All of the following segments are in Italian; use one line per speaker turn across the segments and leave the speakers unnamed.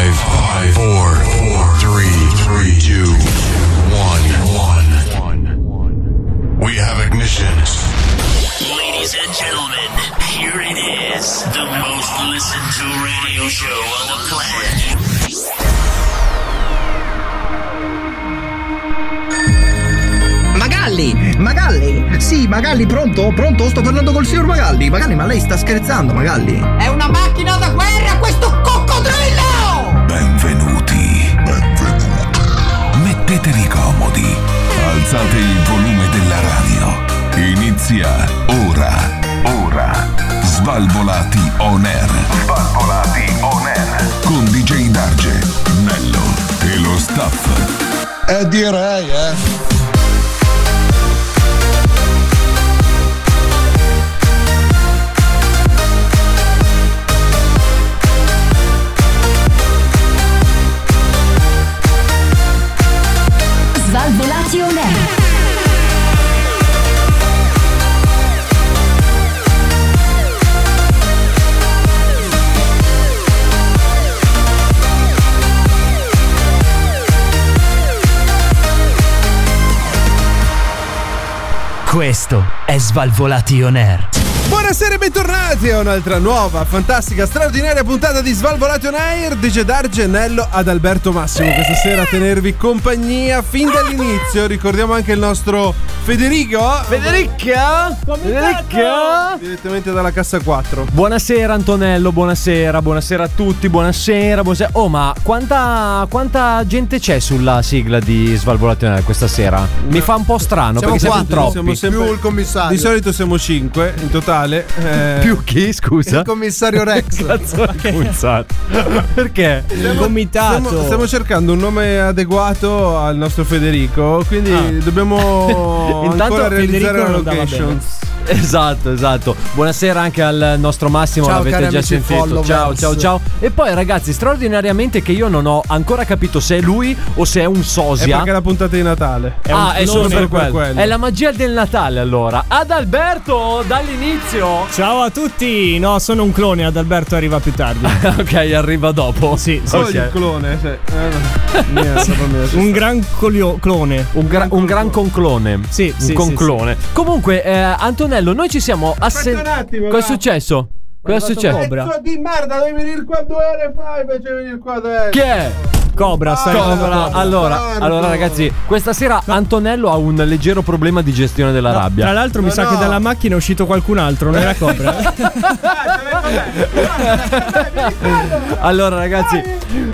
5, 4, 3, 2, 1. We have ignition.
Ladies and gentlemen, here it is, the most listened to radio show on the planet.
Magalli! Magalli! Sì, Magalli, pronto? Pronto? Sto parlando col signor Magalli! Magalli, ma lei sta scherzando, Magalli!
È una macchina da guerra questo coccodrillo!
Benvenuti. Mettetevi comodi. Alzate il volume della radio. Inizia ora. Ora. Svalvolati on air. Svalvolati on air. Con DJ Darge, Nello e lo staff.
Eh direi, eh.
Svalvolati on air.
Questo è Svalvolati On Air.
Buonasera e bentornati a un'altra nuova, fantastica, straordinaria puntata di Svalvolati on Air di Gedar Gennello ad Alberto Massimo questa sera a tenervi compagnia fin dall'inizio. Ricordiamo anche il nostro Federico
Federica? Federica?
direttamente dalla cassa 4.
Buonasera Antonello, buonasera, buonasera a tutti, buonasera, buonasera. Oh, ma quanta, quanta gente c'è sulla sigla di Svalvolazione questa sera? Mi fa un po' strano
Siamo
perché
quattro,
siamo troppi.
siamo sempre
Più il commissario.
Di solito siamo 5 in totale. eh,
Più chi, scusa?
Il commissario Rex.
Cazzo, punzato. perché?
Stiamo, stiamo cercando un nome adeguato al nostro Federico, quindi dobbiamo
Ah. Intanto
ancora realizzare
Federico
la
non andava
location.
Esatto, esatto. Buonasera anche al nostro Massimo,
Ciao,
l'avete
cari
già
amici
sentito.
followers.
Ciao, ciao, ciao. E poi ragazzi, straordinariamente che io non ho ancora capito se è lui o se è un
È
sosia.
perché è la puntata di Natale.
ah, è solo per quello.
quello.
È la magia del Natale, allora. Ad Alberto, dall'inizio.
Ciao a tutti! No, sono un clone, Adalberto arriva più tardi.
ok, arriva dopo.
Sì, sì.
Solo
ok.
il clone, cioè. eh, no. Niente, proprio niente.
Un gran colio- clone.
Un, gra- un gran conclone.
Sì,
un
sì, sì,
conclone. Comunque, eh, Antonello, noi ci siamo
Aspetta un attimo,
Cosa è
va.
successo? Cosa è successo?
Cazzo di merda, dovevi venire qua due ore fa e invece venire qua due
Che è?
Cobra, stai
Allora,
Cobra.
allora,
Porco.
allora, ragazzi, questa sera Antonello ha un leggero problema di gestione della rabbia.
Tra l'altro, mi
No,
sa
no.
che dalla macchina è uscito qualcun altro, non era Cobra.
Allora ragazzi,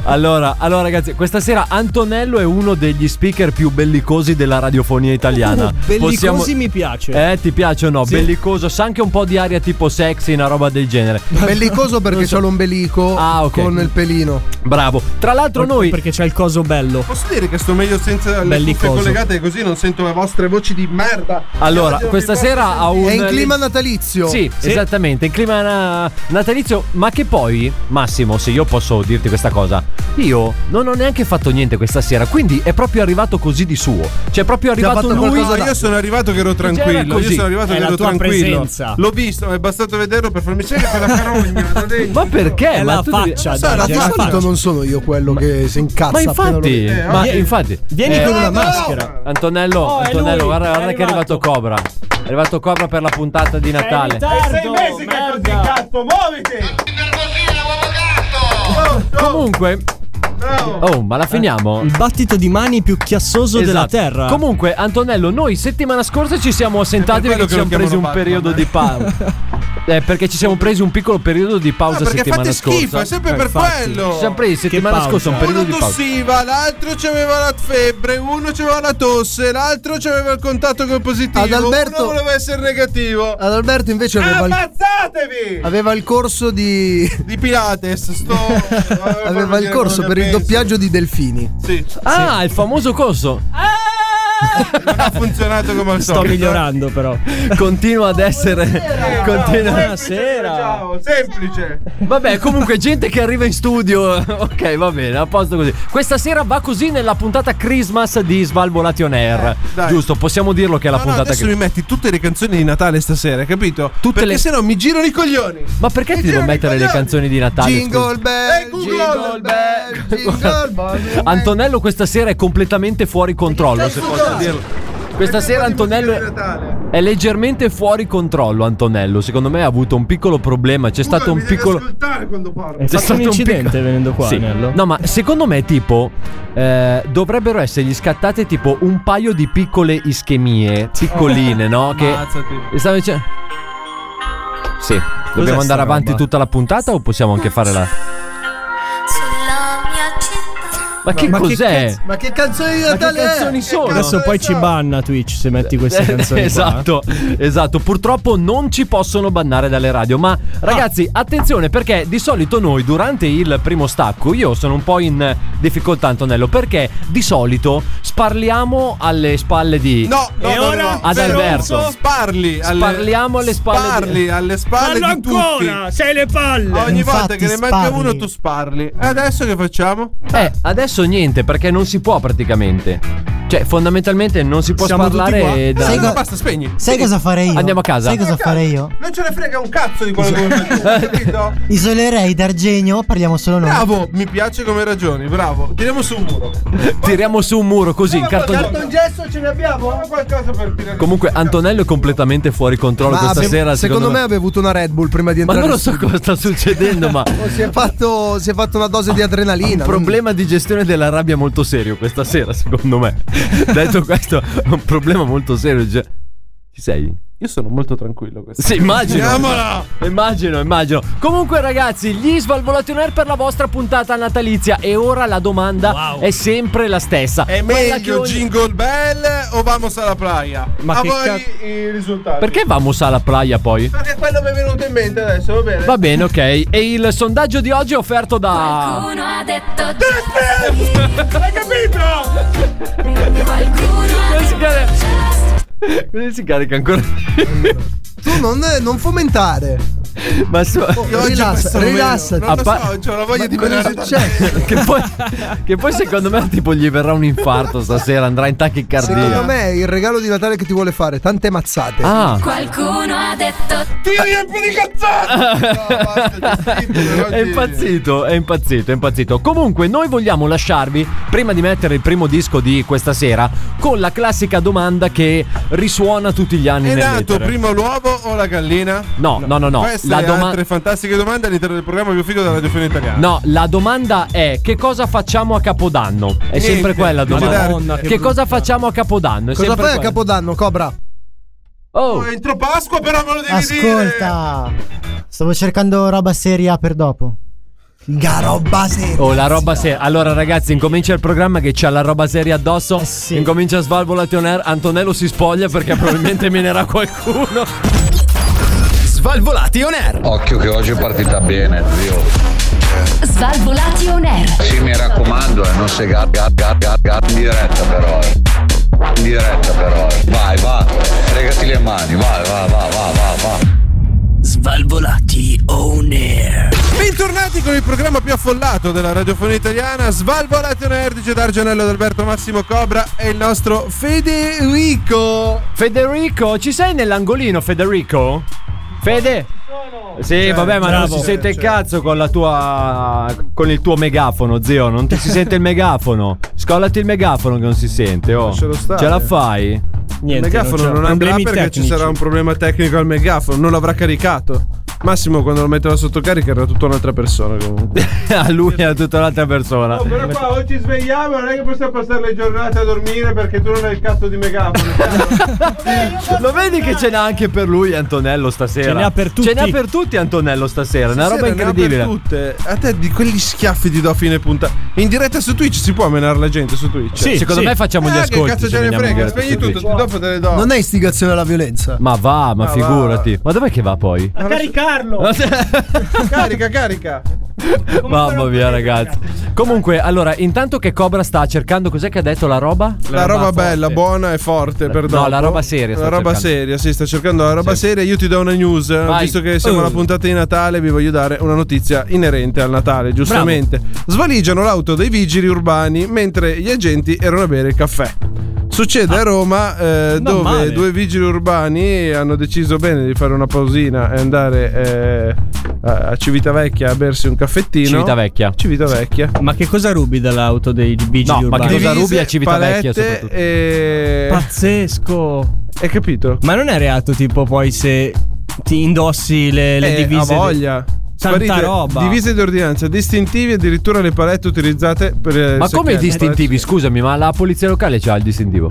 allora, allora ragazzi, questa sera Antonello è uno degli speaker più bellicosi della radiofonia italiana. Ah, Possiamo-
Bellicosi mi piace.
Eh, ti piace o no?
Sì.
Bellicoso, sa anche un po' di aria tipo sexy, una roba del genere.
Bellicoso perché c'ho l'ombelico
Ah, ok.
con il pelino.
Bravo. Tra l'altro noi
Perché c'è il coso bello.
Posso dire che sto meglio senza le cuffie
Bellicoso.
collegate così non sento le vostre voci di merda.
Allora,
Io
questa
non vi
sera ha un
È in clima natalizio.
Sì, esattamente, in clima na- natalizio, ma che poi, Massimo, se io posso dirti questa cosa, io non ho neanche fatto niente questa sera, quindi è proprio arrivato così di suo. Cioè, è proprio arrivato
fatto
posso-
lui.
No, io sono arrivato che ero
Era
tranquillo.
così.
Io sono arrivato
È
che
la
ero
tua
tranquillo.
presenza.
L'ho visto, è bastato vederlo per farmi scegliere quella carogna. da dentro.
Ma perché?
È
Eh, ma
la
tu devi-
faccia,
Sai,
dai,
la
è
di
la
solito
faccia.
non sono io quello che si incazza
Ma
appena lo
infatti,
vede.
ma infatti,
Vieni
eh,
con una
no!
maschera.
Antonello,
Oh, è
Antonello,
lui,
guarda,
è
guarda che è arrivato
arrivato.
Cobra. È arrivato Cobra per la puntata di Natale.
Sei mesi che è così, cazzo, muoviti!
Comunque,
Bravo!
oh, ma la finiamo?
Eh, Il battito di mani più chiassoso della
Esatto.
terra.
Comunque, Antonello, noi settimana scorsa ci siamo sentati
È per
perché ci
quello
siamo
che
presi
lo
un periodo
chiamano
di pausa. Eh, perché ci siamo presi un piccolo periodo di pausa
perché
settimana
fate
scorsa.
schifo, è sempre per
infatti.
quello.
Ci siamo presi settimana
pausa.
scorsa un periodo
Uno
di pausa.
tossiva, l'altro c'aveva la febbre, uno c'aveva la tosse, l'altro c'aveva il contatto col positivo,
Ad Alberto-
uno voleva essere negativo.
Ad Alberto invece
Ah,
aveva il,
Ammazzatevi!
aveva il corso di.
Di Pilates, sto...
aveva il corso per il doppiaggio di delfini.
Sì.
Ah, il famoso corso.
Non ha funzionato come al solito.
Sto migliorando però.
Continua ad essere. Continua.
Buonasera. Semplice.
Vabbè, comunque, gente che arriva in studio. Ok, va bene, a posto così. Questa sera va così nella puntata Christmas di Svalvolation Air.
Eh, dai.
Giusto, possiamo dirlo che è la
No, no,
puntata
adesso mi metti tutte le canzoni di Natale stasera, capito?
Tutte
perché
le-
se no mi girano i coglioni.
Ma perché ti devo
girano i
mettere le
coglioni.
canzoni di Natale? scusa?
Jingle bell,
Eh, Google.
jingle bell, jingle bell.
Antonello questa sera è completamente fuori controllo, se posso dirlo. Questa sera Antonello è- è leggermente fuori controllo, Antonello. Secondo me ha avuto un piccolo problema, c'è stato un piccolo Eh,
quando parlo.
C'è stato un incidente venendo qua,
Sì.
Nello.
No, ma secondo me, tipo, eh, dovrebbero essergli scattate tipo un paio di piccole ischemie, piccoline, no? Che stanno dicendo. Sì, dobbiamo
sta
andare avanti
roba?
tutta la puntata o possiamo anche fare la. Ma che
Ma che
cos'è?
cazzo- Ma che canzone di
Ma che
Natale è?
canzoni sono?
Adesso poi ci
Esatto.
banna Twitch se metti queste canzoni qua. eh?
esatto, esatto. Purtroppo non ci possono bannare dalle radio.
Ah.
Ma ragazzi, attenzione perché di solito noi durante il primo stacco, io sono un po' in difficoltà, Antonello, perché di solito sparliamo alle spalle di.
No, no,
E
no, no,
ora,
no.
Ad Alberto.
Sparli alle,
Sparliamo alle spalle di-
Sparli alle spalle
Fallo
di tutti.
ancora! Sei le palle!
Ogni volta
Infatti,
che ne manca
sparli.
uno tu sparli. Adesso che facciamo?
Eh, adesso niente perché non si può praticamente. Cioè, fondamentalmente non si può
Siamo tutti
sparlare
qua?
da.
Allora
co-
basta, spegni.
Sai cosa farei io?
Andiamo a casa.
Sai cosa farei io?
Non ce ne frega un cazzo di quello che vuoi fare tu, capito?
Isolerei D'Argenio, parliamo solo noi.
Bravo, mi piace come ragioni, bravo. Tiriamo su un muro.
Tiriamo su un muro così in
certo.
cartone.
gesso ce ne abbiamo? Qualcosa per finire.
Comunque Antonello è completamente fuori controllo
Ma
questa
abbiamo-
sera.
Ah, secondo me,
me
aveva avuto una Red Bull prima di
Ma
entrare.
non lo
in
so cosa sta succedendo, ma
studio. Si è fatto, si è fatto una dose di
un
adrenalina.
problema di gestione della rabbia molto serio questa sera, secondo me. Detto questo, è un problema molto serio. Cioè, Ci sei?
Io sono molto tranquillo questo.
Sì, immagino.
Andiamola!
Immagino, immagino. Comunque, ragazzi, gli Svalvolati on Air per la vostra puntata natalizia. E ora la domanda è sempre la stessa.
È
Quella che
meglio
ogni-
Jingle Bell o vamos alla playa?
Ma
A
che
voi
cazzo-
i risultati.
Perché vamos alla playa poi?
Perché quello mi è venuto in mente adesso, va bene?
Va bene, ok. E il sondaggio di oggi è offerto
Ah.
da.
Qualcuno ha detto
Hai capito?
Qualcuno ha detto
Come si carica, Come si carica ancora?
Tu non, non fomentare.
Ma su.
Io oggi
Rilassa-
questo non
rilassati.
vedo. Non
A
lo
pa-
so, c'ho la voglia di
Cosa è Cioè,
bere.
successo?
Che poi, che poi secondo me tipo gli verrà un infarto stasera, andrà in tachicardia.
Secondo me il regalo di Natale che ti vuole fare, tante mazzate.
Ah,
Qualcuno ha detto
Ti riempi di cazzate! No, basta, ti schifo, però
è
ti-
impazzito, è impazzito, è impazzito. Comunque noi vogliamo lasciarvi, prima di mettere il primo disco di questa sera, con la classica domanda che risuona tutti gli anni.
È
Esatto,
nell'etere.
nato prima l'uovo o la gallina?
No, no, no, no.
Queste
La
e
doma-
altre fantastiche domande all'interno del programma più figo della radiofonia italiana.
No, la domanda è che cosa facciamo a Capodanno? È sempre quella la domanda.
Madonna,
che cosa facciamo a Capodanno? È
Cosa
sempre
fai a
quella.
Capodanno, Cobra?
Oh,
Oh, entro Pasqua però me lo devi
Ascolta, stavo cercando roba seria per dopo.
Ga roba seria.
Oh, la roba seria. Allora, ragazzi, incomincia il programma che c'ha la roba seria addosso.
Eh sì.
Incomincia a svalvolati on air. Antonello si spoglia perché probabilmente menerà qualcuno.
Svalvolati on air.
Occhio che oggi è partita bene, zio.
Svalvolati on air.
Sì, mi raccomando, eh, non se gat, gat, gat, gat, gat, in diretta però. eh. In diretta però. eh. Vai, va, fregati le mani, vai, va, va, va, va, va.
Svalvolati on air.
dire. Bentornati con il programma più affollato della radiofonia italiana. Svalvolate un erdice d'Argenello d'Alberto Massimo Cobra e il nostro Federico.
Federico, ci sei nell'angolino, Federico? Fede? Sì,
Certo,
vabbè, ma non
bravo.
si sente il cazzo con la tua. con il tuo megafono, zio. Non ti si sente il megafono. Scollati il megafono che non si sente, oh.
Lascialo stare.
Ce la fai?
Niente,
il megafono
c'è.
non, andrà
Problemi
perché ci
tecnici.
sarà un problema tecnico al megafono, non l'avrà caricato. Massimo quando lo metteva sotto carica era tutta un'altra persona comunque.
A lui e a tutta un'altra persona.
Però qua oggi svegliamo, non è che possiamo passare le giornate a dormire perché tu non hai il cazzo di megafono.
Cioè, Lo vedi che ce n'ha anche per lui Antonello stasera.
Ce n'ha per tutti.
Ce n'ha per tutti Antonello stasera, una roba incredibile.
A te di quegli schiaffi ti do a fine punta. In diretta su Twitch si può menare la gente su Twitch?
Sì,
Cioè, Secondo
sì.
me facciamo gli
Ah,
ascolti.
che cazzo
se
ce ne
andiamo
frega?
in diretta
Spegni
su
tutto,
Twitch.
ti dopo te le do.
Non è istigazione alla violenza.
Ma va, ma,
va.
figurati. Ma dov'è che va poi?
A caricarlo!
Carica, carica.
Mamma mia, ragazzi. Comunque, allora, intanto che Cobra sta cercando, cos'è che ha detto la roba?
La, roba, bella, buona e forte, per
No, la roba seria.
La roba
seria.
seria, sì, sto cercando la roba seria. Io ti do una news.
Vai.
Visto che siamo
Uh.
alla puntata di Natale, vi voglio dare una notizia inerente al Natale, giustamente. Svaligiano l'auto dei vigili urbani mentre gli agenti erano a bere il caffè. Succede
Ah.
a Roma eh, dove
male.
due vigili urbani hanno deciso bene di fare una pausina e andare eh, a a Civitavecchia a bersi un caffettino.
Civitavecchia.
Civitavecchia.
Ma che cosa rubi dall'auto dei vigili
No,
urbani?
ma che cosa Divise, rubi a Civitavecchia palette soprattutto? e-
Pazzesco.
Hai capito?
Ma non è reato tipo poi se ti indossi le, le
Eh,
divise.
ha voglia.
Tanta
Sparite
roba.
Divise di ordinanza, distintivi e addirittura le palette utilizzate per. eh,
Ma come i distintivi? Scusami, ma la polizia locale c'ha il distintivo?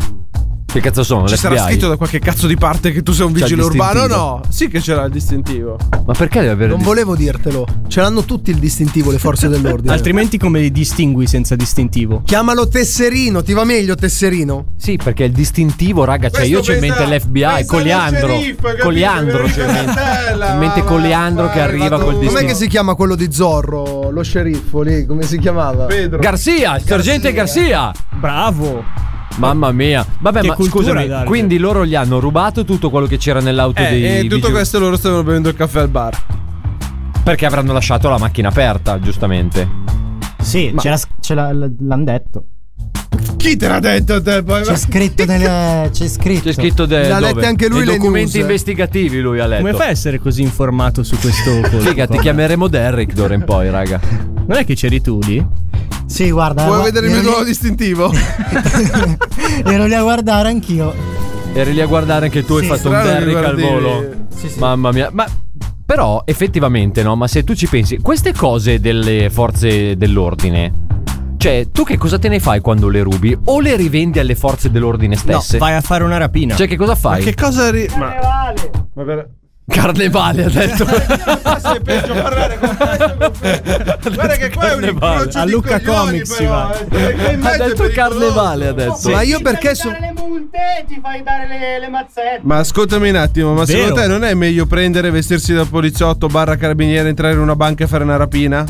Che cazzo sono?
Ci sarà
l'FBI?
scritto da qualche cazzo di parte che tu sei un
C'ha il
vigile urbano? o
distintivo.
No, sì che c'era il distintivo.
Ma perché deve avere
Non
il
volevo dirtelo. Ce l'hanno tutti il distintivo, le forze dell'ordine.
Altrimenti come li distingui senza distintivo?
Chiamalo tesserino, ti va meglio tesserino?
Sì, perché il distintivo, raga, cioè io
Questo
c'ho in mente
pensa-
l'FBI,
pensa
Coliandro.
allo sceriffo, capito?
Coliandro c'ho in mente. In mente Coliandro che arriva col
Com'è che
distintivo.
si chiama quello di Zorro, lo sceriffo lì, come si chiamava?
Pedro.
Garcia, il sergente Garcia.
Bravo.
Mamma mia. Vabbè,
Che
ma
cultura,
scusami,
Dario.
quindi loro gli hanno rubato tutto quello che c'era nell'auto
Eh,
dei
e tutto
vigili-
questo loro stavano bevendo il caffè al bar.
perché avranno lasciato la macchina aperta, giustamente.
Sì, ce, l'ha- ce l'ha- l'hanno detto.
Chi te l'ha detto te? Poi?
C'è scritto nelle. C'è scritto.
C'è scritto de- dove? Nei documenti investigativi lui ha letto.
Come fai a essere così informato su questo colpo?
Figa, ti chiameremo Derrick d'ora in poi, raga.
Non è che c'eri tu lì?
Sì, guarda.
Vuoi
gua-
vedere il mio
ero
nuovo distintivo?
Ecco,
lì- Ero lì a guardare anch'io.
Eri lì a guardare anche tu, hai
Sì.
fatto un
Strano che
Derrick al
guardi-
volo.
Sì, sì.
Mamma mia, ma. Però effettivamente no, ma se tu ci pensi, queste cose delle forze dell'ordine, cioè tu che cosa te ne fai quando le rubi? O le rivendi alle forze dell'ordine stesse?
vai a fare una rapina.
Cioè che cosa fai?
Ma che cosa. Ri- ma... ma per-
Carnevale ha detto.
eh, Guarda che qua è un incrocio
A
di
Lucca
coglioni,
Comics si
però,
va.
eh. Perché in
ha
mezzo è
detto
pericoloso.
carnevale adesso.
Ma io perché
Ti fai dare le multe, ti fai dare le, le mazzette.
Ma ascoltami un attimo, ma
Vero.
secondo te non è meglio prendere, vestirsi da poliziotto, barra carabiniere, entrare in una banca e fare una rapina?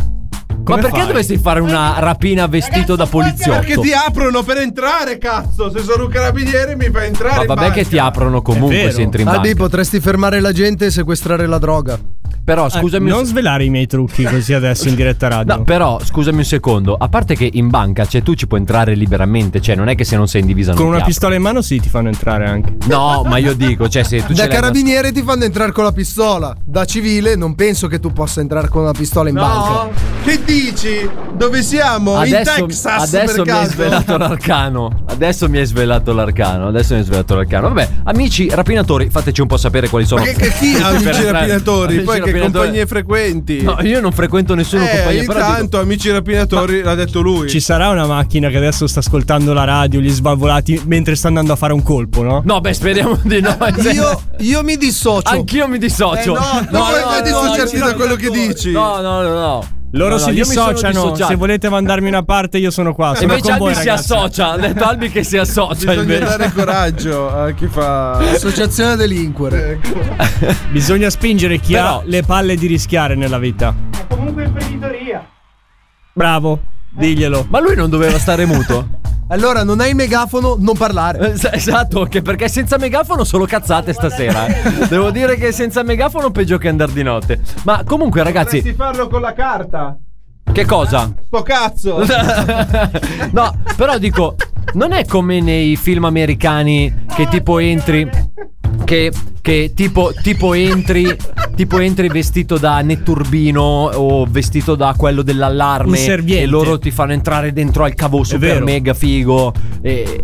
Ma perché dovresti fare una rapina vestito da poliziotto?
Perché ti aprono per entrare, cazzo! Se sono un carabiniere mi fai entrare.
Ma
in
vabbè
banca.
che ti aprono comunque se entri in
Albi,
banca.
potresti fermare la gente e sequestrare la droga.
Però scusami
Eh, non svelare i miei trucchi così adesso in diretta radio.
No, però scusami un secondo, a parte che in banca, cioè tu ci puoi entrare liberamente, cioè non è che se non sei in divisa non
Con
ti
una
apro.
pistola in mano sì ti fanno entrare anche.
No, ma io dico, cioè se tu ce
Da
l'hai una-
carabiniere ti fanno entrare con la pistola. Da civile non penso che tu possa entrare con una pistola in
No?
banca.
Che dici? Dove siamo?
Adesso,
in Texas
adesso
per
mi hai
caso?
svelato l'arcano. Adesso mi hai svelato l'arcano. Adesso mi hai svelato l'arcano. Vabbè, amici rapinatori, fateci un po' sapere quali sono.
Ma che, che chi
tutti
ha amici
per entrare-
rapinatori?
amici
Poi che
rapinatori-
compagnie frequenti?
No, io non frequento nessuno
eh,
compagnia,
ogni
però
tanto
dico-
amici rapinatori l'ha detto lui.
Ci sarà una macchina che adesso sta ascoltando la radio, gli svalvolati mentre sta andando a fare un colpo, no?
No, beh, speriamo di no. cioè,
Io, io mi dissocio.
Anch'io mi dissocio.
Eh, no,
No, no, no,
dissociarti
da quello che dici.
No, no, no, no.
Loro
No, no,
si
io mi sono
dissociano.
dissociato.
Se volete mandarmi una parte, io sono qua.
E
Sono
invece
con voi,
Albi si
ragazzi.
associa. Ha detto Albi che si associa.
Bisogna
invece.
dare coraggio a chi fa.
Associazione delinquere.
Ecco.
Bisogna spingere chi
Però-
ha le palle di rischiare nella vita.
È comunque imprenditoria.
Bravo, diglielo.
Ma lui non doveva stare muto?
Allora, non hai il megafono, non parlare.
Es- Esatto, anche perché senza megafono solo cazzate stasera. eh. Devo dire che senza megafono peggio che andare di notte. Ma comunque, ragazzi,
farlo con la carta.
che cosa?
Sto cazzo.
No, però dico, non è come nei film americani che tipo entri. Che, che tipo, tipo entri. Tipo entri vestito da netturbino o vestito da quello
Un
dell'allarme.
serviente.
E loro ti fanno entrare dentro al cavo super
vero.
mega figo. E.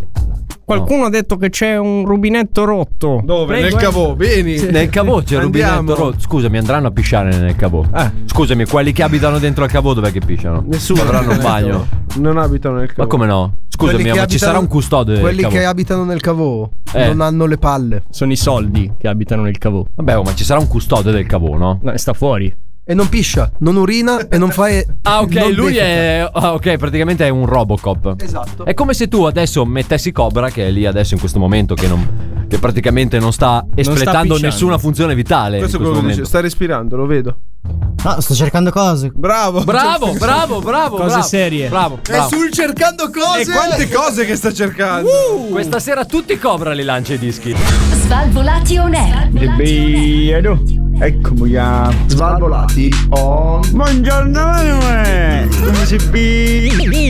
Qualcuno ha detto che c'è un rubinetto rotto.
Dove? Nel cavò, vieni.
Nel cavò c'è il rubinetto
Andiamo.
rotto. Scusami, andranno a pisciare nel cavò. Scusami, quelli che abitano dentro al cavò dov'è che pisciano?
Nessuno
Avranno un
abita nel
bagno.
cavò. Non abitano nel cavò.
Ma come no? Scusami,
Quelli
ma
che
ci
abitano-
sarà un custode del
Quelli
cavò.
che abitano nel cavò
Eh.
non hanno le palle.
Sono i soldi che abitano nel cavò.
Vabbè, oh, ma ci sarà un custode del cavò, no?
No, sta fuori.
E non piscia, non urina e non fa.
Ah, ok, lui è. ah, ok, praticamente è un Robocop.
Esatto.
È come se tu adesso mettessi Cobra, che è lì adesso in questo momento, che, non- che praticamente non sta espletando
pisciando.
nessuna funzione vitale.
Questo è
in
quello che
questo
dice. Sta respirando, lo vedo.
momento.
No, sto cercando cose.
Bravo.
Bravo, bravo, bravo.
Cose
bravo.
serie.
Bravo.
È
bravo.
sul cercando cose.
E quante cose che sta cercando?
Questa sera tutti Cobra li lancia i dischi.
Svalvolati on air.
E bello. Eccomi a Svalvolati on. Buongiorno Manuel. Come si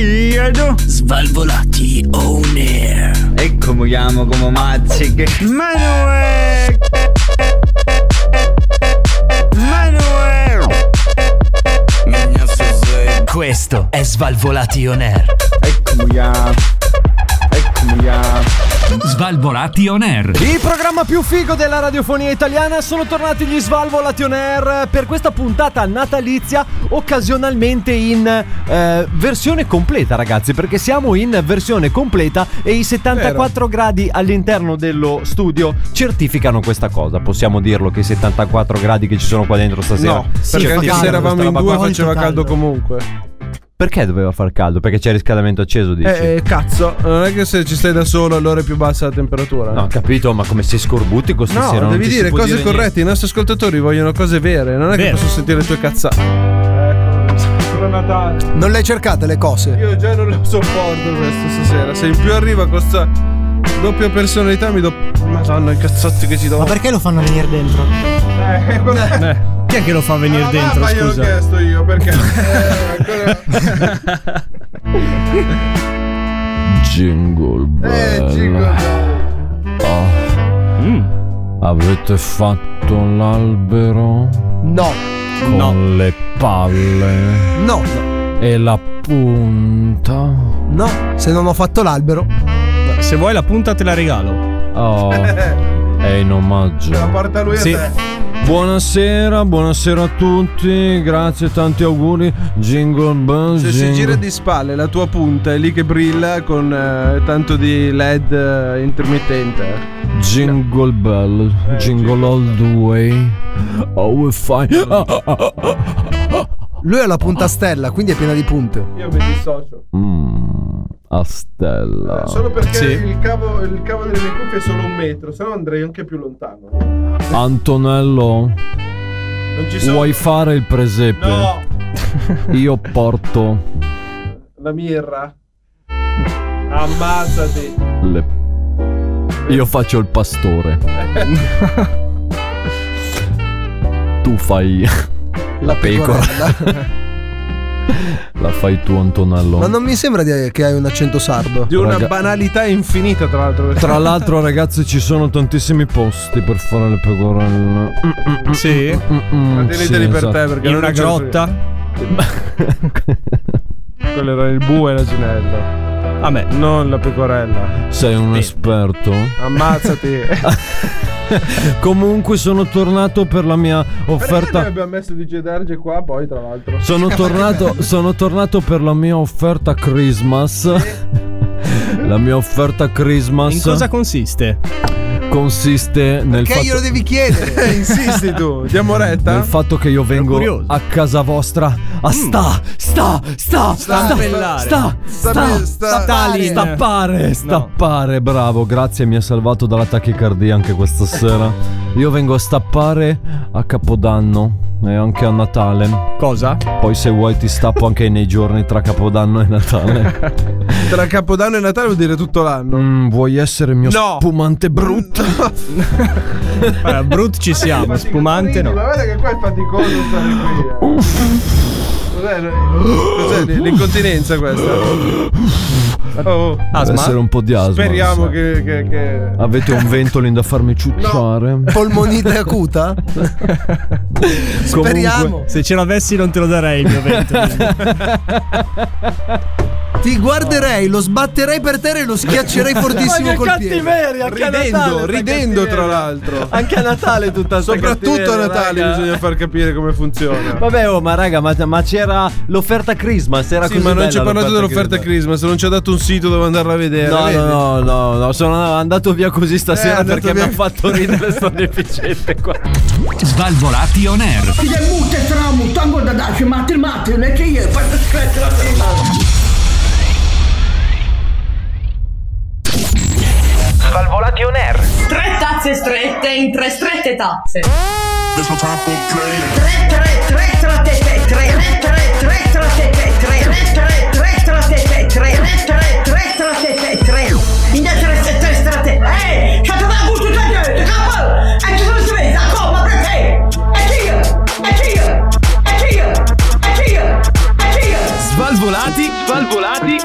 bello. Svalvolati on air. Eccomi chiamo come mazziche. Manuel. Manuel.
Questo è Svalvolati on air.
Eccomi a. Eccomi a.
Svalvolati on air.
Il programma più figo della radiofonia italiana sono tornati gli Svalvo Lation Air eh, per questa puntata natalizia occasionalmente in eh, versione completa ragazzi perché siamo in versione completa e i 74 gradi all'interno dello studio certificano questa cosa possiamo dirlo che i 74 gradi che ci sono qua dentro stasera
No, perché anche se eravamo in due faceva caldo comunque.
perché doveva far caldo? Perché c'è il riscaldamento acceso dici?
Eh, eh, cazzo, non è che se ci stai da solo allora è più bassa la temperatura.
No, ho capito, ma come sei scorbuti questa
No,
sera? Non
devi
ci si
dire
può
cose
niente.
corrette. I nostri ascoltatori vogliono cose vere. Non è che
Vero.
posso sentire le tue cazzate. Natale.
Non le hai cercate le cose?
Io già non le sopporto questo stasera. Se in più arriva con questa doppia personalità mi do. Madonna, i cazzotti che ci do.
Ma perché lo fanno venire dentro?
Chi è che lo fa venire dentro?
Ah, Ma gliel'ho
Scusa.
chiesto io perché.
Jingle
Eh,
bell.
jingle
Ah. Avete fatto l'albero?
No.
Con le palle?
No.
E la punta?
No, se non ho fatto l'albero.
Se vuoi la punta te la regalo.
Oh. È in omaggio.
porta lui a
Sì.
te.
Buonasera, buonasera a tutti, grazie, tanti auguri. Jingle bell,
Se si
jingle-
gira di spalle la tua punta è lì che brilla con eh, tanto di LED eh, intermittente.
Jingle bell,
Eh,
jingle all the way. Oh, we find. Ah, ah, ah, ah.
Lui ha la punta a stella, quindi è piena di punte.
Io mi dissocio.
Mm, a stella.
Eh, Solo perché il, cavo, il cavo delle mie cuffie è solo un metro, se no andrei anche più lontano.
Antonello,
Non ci sono
vuoi fare il presepe?
No.
Io porto
la mirra. Ammazzati.
le. Io faccio il pastore. Tu fai. La pecora. La fai tu, Antonello.
Ma non mi sembra di- che hai un accento sardo.
Di una Raga-
banalità infinita, tra l'altro.
Tra l'altro, ragazzi, ci sono tantissimi posti per fare le pecorelle. Mm,
Sì.
Prendeteli per
esatto.
te perché
In
non
una
c'è-
grotta.
Quello era il bue e la ginella.
A me.
Non la pecorella.
Sei un esperto.
Ammazzati.
Comunque sono tornato per la mia
Perché noi
offerta.
abbiamo messo DJ Darge qua poi, tra l'altro.
Sono tornato, sono tornato per la mia offerta Christmas. La mia offerta Christmas.
In cosa consiste?
Consiste nel fatto,
devi chiedere?
Insisti tu, diamo
nel
retta.
fatto che io vengo a casa vostra a sta, sta, sta, sta, sta,
Stampellare.
sta,
Stappe- sta-
stappare, stappare, stappare, bravo, grazie, mi ha salvato dalla tachicardia anche questa sera. Io vengo a stappare a Capodanno e anche a Natale.
Cosa?
Poi se vuoi ti stappo anche nei giorni tra Capodanno e Natale.
Tra Capodanno e Natale vuol dire tutto l'anno.
Mm, vuoi essere mio
No.
spumante brutto?
Allora, Brut ci siamo, spumante
Ma
no.
guarda che qua è faticoso stare qui. eh. Cos'è, cos'è l- l'incontinenza questa? Oh,
Deve essere un po' di asma.
speriamo che, che, che-
Avete un ventolin da farmi ciucciare?
Polmonite acuta? Speriamo.
Se ce l'avessi non te lo darei il mio vento.
Ti guarderei, lo sbatterei per terra e lo schiaccerei fortissimo col piede.
anche
Ridendo, ridendo tra l'altro.
Anche a Natale tutta sta
Soprattutto a
cattiveria,
Natale
raga.
bisogna far capire come funziona.
Vabbè, oh, ma raga, ma, ma c'era l'offerta Christmas, era
Sì,
così
ma non
bella
ci ha parlato
l'offerta
dell'offerta Christmas. non ci ha dato un sito dove andarla a vedere.
No,
vedi?
no, no, no, no, sono andato via così
Eh, è
stasera
andato
perché mi
via.
ha fatto ridere sto deficiente qua.
Svalvolati on air.
Figlio mute tramu, tango da dash, matti matti, le che io, fai scratch la prima.
Svalvolati on air. Tre tazzi
tazze strette in tre strette tazze.
There's no time for playing.
Svalvolati, svalvolati.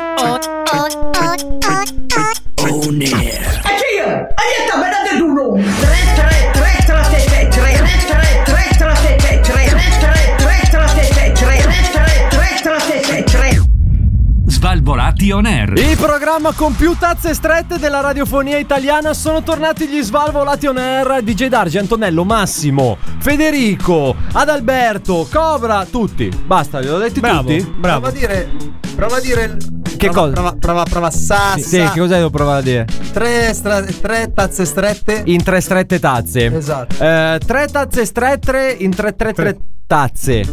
Svalvolati on air.
Il programma con più tazze strette della radiofonia italiana sono tornati gli Svalvolati on air DJ Dargi, Antonello, Massimo, Federico, Adalberto, Cobra, tutti. Basta, li ho detti
Bravo,
tutti?
bravo.
Prova a dire. Prova a dire.
Che
prova,
cosa?
Prova, prova, prova. Sa,
Ah,
Sì,
sa.
che cos'è devo provare a dire?
Tre, stra- tre tazze strette.
In tre strette tazze.
Esatto.
Eh, tre tazze strette in tre tre tre tazze.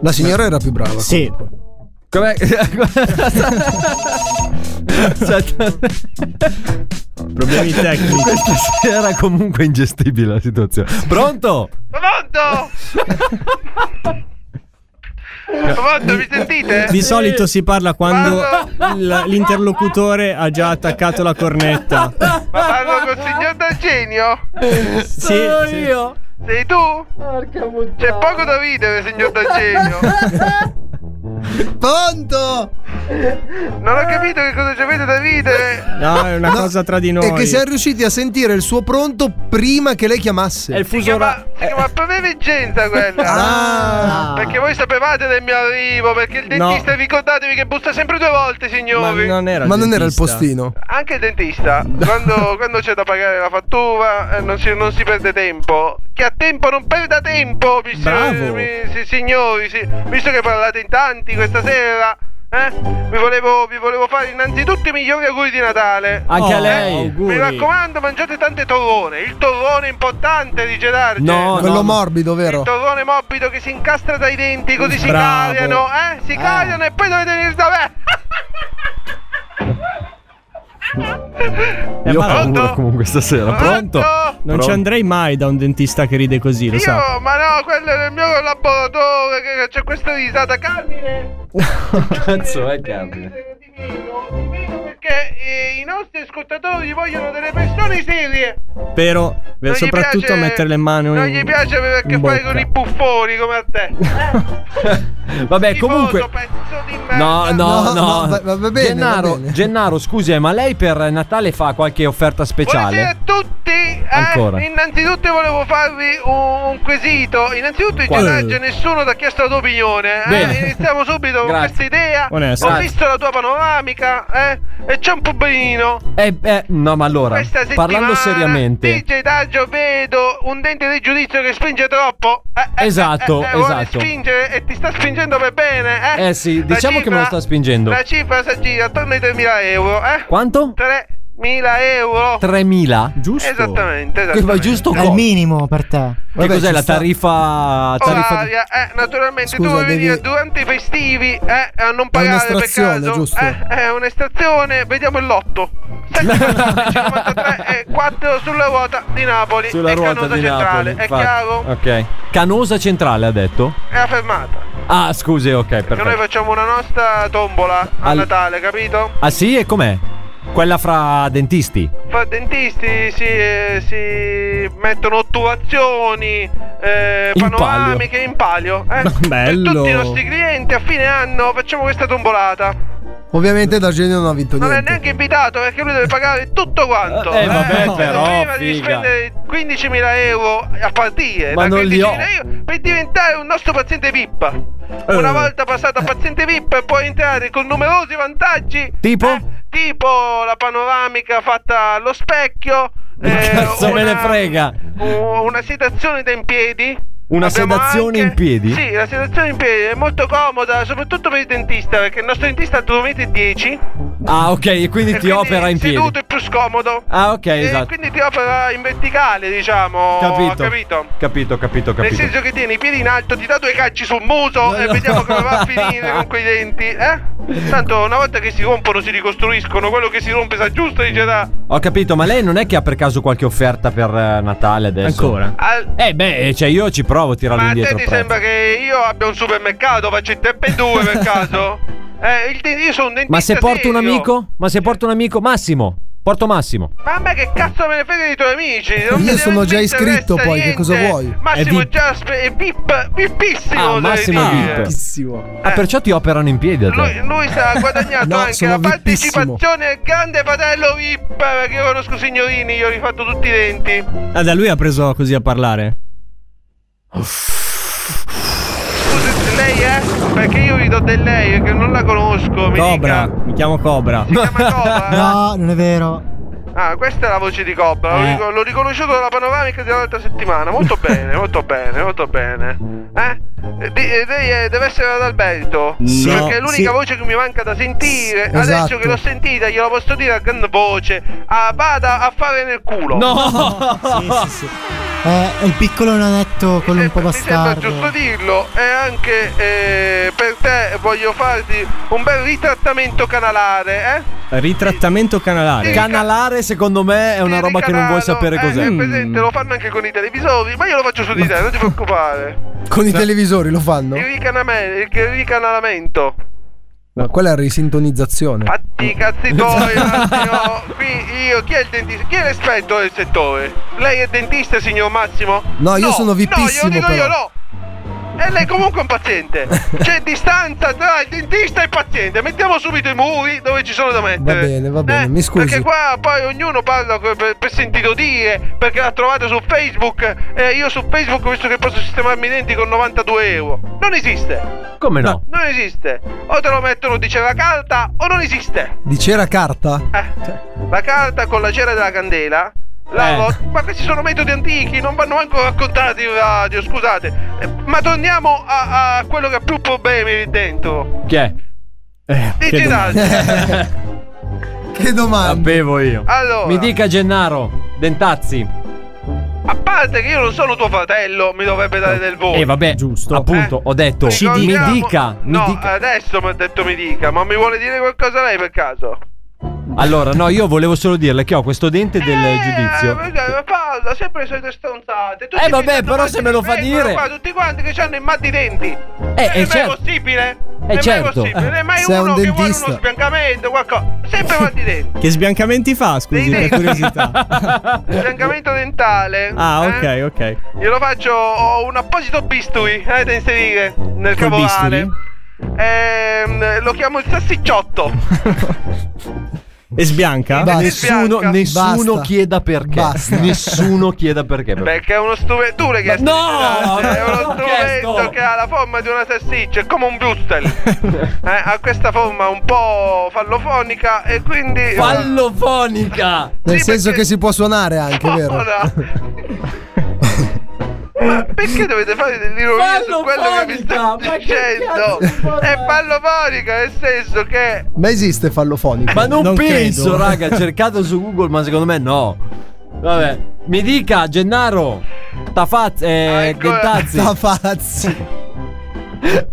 La signora era più brava.
Sì.
Com'è?
Problemi tecnici.
Questa sera è comunque ingestibile la situazione. Pronto?
Pronto? Pronto, mi sentite?
Di solito si parla quando l- l'interlocutore ha già attaccato la cornetta.
Ma parlo con il signor D'Argenio?
Sono sì.
io.
Sei tu? C'è poco da ridere, signor D'Argenio.
Pronto?
Non ho capito che cosa ci avete da ridere.
No, è una cosa tra di noi.
E che siamo riusciti a sentire il suo pronto prima che lei chiamasse. È il
Si chiama, si chiama preveggenza
Ah.
Ah,
quella. Perché voi sapevate del mio arrivo, perché il
No.
dentista ricordatevi che busta sempre due volte, signori.
Ma non era il postino.
Anche il dentista, quando, quando c'è da pagare la fattura, eh, non si, non si perde tempo. Chi ha tempo non perda tempo, mi-
Bravo.
mi- sì, signori. sì. Visto che parlate in tanti questa sera, eh, vi, volevo, vi volevo fare innanzitutto i migliori auguri di Natale.
Anche a
Eh,
lei.
Mi raccomando, mangiate tante torrone. Il torrone è importante, dice Darge.
quello morbido, vero?
Il torrone morbido che si incastra dai denti, così si
Bravo.
cariano, eh? Si
Ah.
cariano e poi dovete venire da me.
Io ho
Pronto?
paura comunque stasera. Pronto?
Non ci andrei mai da un dentista che ride così, lo sa.
Io, ma no, quello è il mio collaboratore. Che che c'è questa risata, Carmine.
Cazzo, è Carmine.
Perché eh, i nostri ascoltatori vogliono delle persone serie.
Però, beh, soprattutto
piace-
mettere le mani.
Non
in-
gli piace perché
in
fai
bocca.
con i buffoni come a te.
Vabbè, Eh, comunque. No, no, no.
No, no, va- va- va bene,
Gennaro,
va bene.
Gennaro, scusi, eh, ma lei per Natale fa qualche offerta
Buonasera a
speciale?
tutti. eh,
Ancora.
innanzitutto volevo farvi un, un quesito. Innanzitutto in
Quale?
giornata nessuno ti ha chiesto la tua opinione. eh.
Bene.
Iniziamo subito con
Grazie.
questa idea.
Onesto.
Ho
Grazie.
visto la tua panoramica, eh, E c'è un pubblino.
Eh, eh, no, ma allora,
Questa settimana
parlando seriamente.
DJ Daggio vedo un dente di giudizio che spinge troppo. Eh, eh,
Esatto,
eh, eh, vuole
esatto.
spingere e ti sta spingendo per bene, eh?
Eh sì,
La
diciamo che me lo sta spingendo.
La cifra si aggira attorno ai 3.000 euro, eh?
Quanto?
3.000 euro.
3000? Giusto.
Esattamente, esatto.
Che- ma
esattamente.
giusto
È
co-
il minimo per te.
Che cos'è la tariffa? tariffa
Oraria, eh, naturalmente
Scusa,
tu vuoi
devi-
venire durante i festivi eh, a non pagare per
un'estrazione,
caso
giusto?
eh, è un'estrazione vediamo il lotto 7,53 e 4 sulla ruota di Napoli
sulla
e
ruota
Canosa
di
centrale
Napoli.
è
infatti.
chiaro
Ok. Canosa centrale ha detto?
è la fermata
Ah, scusi, ok,
che noi
perfetto.
facciamo una nostra tombola a
Al-
Natale capito?
Ah sì, e com'è? Quella fra dentisti.
Fa dentisti si, eh, si mettono ottuazioni, eh,
In
panoramiche in palio. eh.
bello.
Per tutti i nostri clienti a fine anno facciamo questa tombolata.
Ovviamente da genio non ha vinto
Non è
niente.
neanche invitato perché lui deve pagare tutto quanto.
Eh, vabbè, però,
Prima devi
figa.
spendere 15.000 euro a partire.
Ma
da
non li ho.
15.000 euro per diventare un nostro paziente VIP. Una volta passato a paziente VIP puoi entrare con numerosi vantaggi.
Tipo?
Eh, tipo la panoramica fatta allo specchio. eh,
Cazzo me
una-
ne frega.
u- una sedazione da in piedi.
Una
Abbiamo anche-
sedazione in piedi?
Sì, la sedazione in piedi è molto comoda, soprattutto per il dentista, perché il nostro dentista ha 2,10 metri
Ah, ok, quindi ti opera in piedi.
Seduto è più scomodo.
Ah, ok,
E
esatto.
Eh, quindi ti opera in verticale, diciamo.
Capito.
Capito?
Capito, capito,
Nel
capito.
senso che tieni i piedi in alto, ti dà due calci sul muso e vediamo come va a finire con quei denti, eh? Tanto una volta che si rompono si ricostruiscono, quello che si rompe sa giusto dice da.
Ho capito, ma lei non è che ha per caso qualche offerta per eh, Natale adesso?
Ancora?
Al-
Eh beh, cioè io ci provo a tirarlo
Ma a te
indietro.
ti
il prezzo.
sembra che io abbia un supermercato, faccio il tempo e due per caso? Eh, il de- io sono un dentista
Ma se porto un
serio.
amico? Ma se porto un amico? Massimo, porto Massimo.
Ma a me che cazzo me ne frega dei tuoi amici? Non
Io
mi-
sono
non
già
mi
iscritto
interessa
poi, che cosa
niente.
vuoi?
Massimo
È
è già spe- è pip, pippissimo.
Ah,
devi
Massimo è
dire.
VIP. Ah, perciò ti operano in piedi adesso.
Eh. Lui, lui si è guadagnato
No,
anche
sono
la
vippissimo.
partecipazione al grande fratello VIP perché io conosco signorini, io ho rifatto tutti i denti.
Ah, da lui ha preso così a parlare.
Lei è? Perché io vi do del lei, perché non la conosco. Mi
Cobra, mi chiamo Cobra.
No, non è vero.
dica- Ah, questa è la voce di Cobra, l'ho
Eh.
rico- l'ho riconosciuto dalla panoramica dell'altra settimana. Molto bene, molto bene, molto bene. Eh? Eh, di- eh, lei è- deve essere ad Alberto.
No,
perché è l'unica
sì.
voce che mi manca da sentire.
Esatto.
Adesso che l'ho sentita, glielo posso dire a gran voce. Ah, vada a fare nel culo.
Sì, sì, sì. Eh, È il piccolo nanetto, quello un po'
sembra
bastardo.
giusto dirlo e anche eh, per te voglio farti un bel ritrattamento canalare eh?
Ritrattamento canalare.
Canalare, secondo me, è una roba che non vuoi
Eh,
sapere cos'è. Mm.
presente lo fanno anche con i televisori ma io lo faccio su di te non ti preoccupare
Con i televisori lo fanno?
il, ricaname- il ricanalamento
No, quella è risintonizzazione.
Fatti i cazzi tuoi Massimo. qui io chi è il dentista chi è l'esperto del settore lei è dentista signor Massimo
No, io sono
no
vippissimo,
io dico io
però.
no e lei comunque è un paziente. C'è distanza tra il dentista e il paziente. Mettiamo subito i muri dove ci sono da
Va
mettere. Eh,
bene, va bene, mi scusi.
Perché qua poi ognuno parla co- per, per sentito dire, perché l'ha trovato su Facebook. E io su Facebook ho visto che posso sistemarmi i denti con 92 euro. Non esiste.
Come no?
Non esiste. O te lo mettono di cera carta o non esiste.
Di cera carta?
La carta con la cera della candela. la
Eh.
lo- Ma questi sono metodi antichi, non vanno manco raccontati in radio, scusate. Eh, Ma torniamo a, a quello che ha più problemi lì dentro.
Chi è? Eh,
Dici l'altro.
Che domanda?
Sapevo io.
Allora.
Mi dica Gennaro, Dentazzi.
A parte che io non sono tuo fratello, mi dovrebbe dare del
E
volo.
vabbè, giusto. Eh, Appunto, ho detto. mi
Ricordiamo-
dica, mi
no,
dica.
adesso mi ha detto mi dica, ma mi vuole dire qualcosa lei per caso?
Allora, no, io volevo solo dirle che ho questo dente del giudizio.
Eh, ma parla, sempre le solite stronzate. Tutti
Eh, vabbè,
quanti
però se me lo fa
vengono
dire-
qua, tutti quanti che hanno in mal di denti.
Eh, eh,
non è mai
certo.
possibile.
Eh,
non è mai
certo.
possibile. Non è mai
Sei
uno
un
che vuole
dentista.
uno sbiancamento, qualcosa. Sempre mal di denti.
Che sbiancamenti fa, scusi, per curiosità.
Sbiancamento dentale.
Ah,
eh?
ok, ok.
Glielo faccio, ho un apposito bisturi eh, da inserire nel
Col
cavolare.
bisturi?
Ehm, lo chiamo il salsicciotto.
E sbianca?
Basta.
Nessuno,
Bianca.
nessuno
Basta.
chieda perché.
Basta.
Nessuno chieda perché.
Perché è uno strumento. Tu l'hai chiesto.
No!
È uno strumento
chiesto.
che ha la forma di una salsiccia, è come un bustel. Eh, ha questa forma un po' fallofonica e quindi.
Fallofonica!
Nel senso che si può suonare anche, vero?
Ma perché dovete fare dell'ironia su quello che mi sta dicendo? È fallofonica, nel senso che.
Ma esiste fallofonico?
Ma non, penso, raga. Cercato su Google, ma secondo me no. Vabbè, mi dica, Gennaro. Tafazzi. Eh, Gentazzi.
Tafazzi.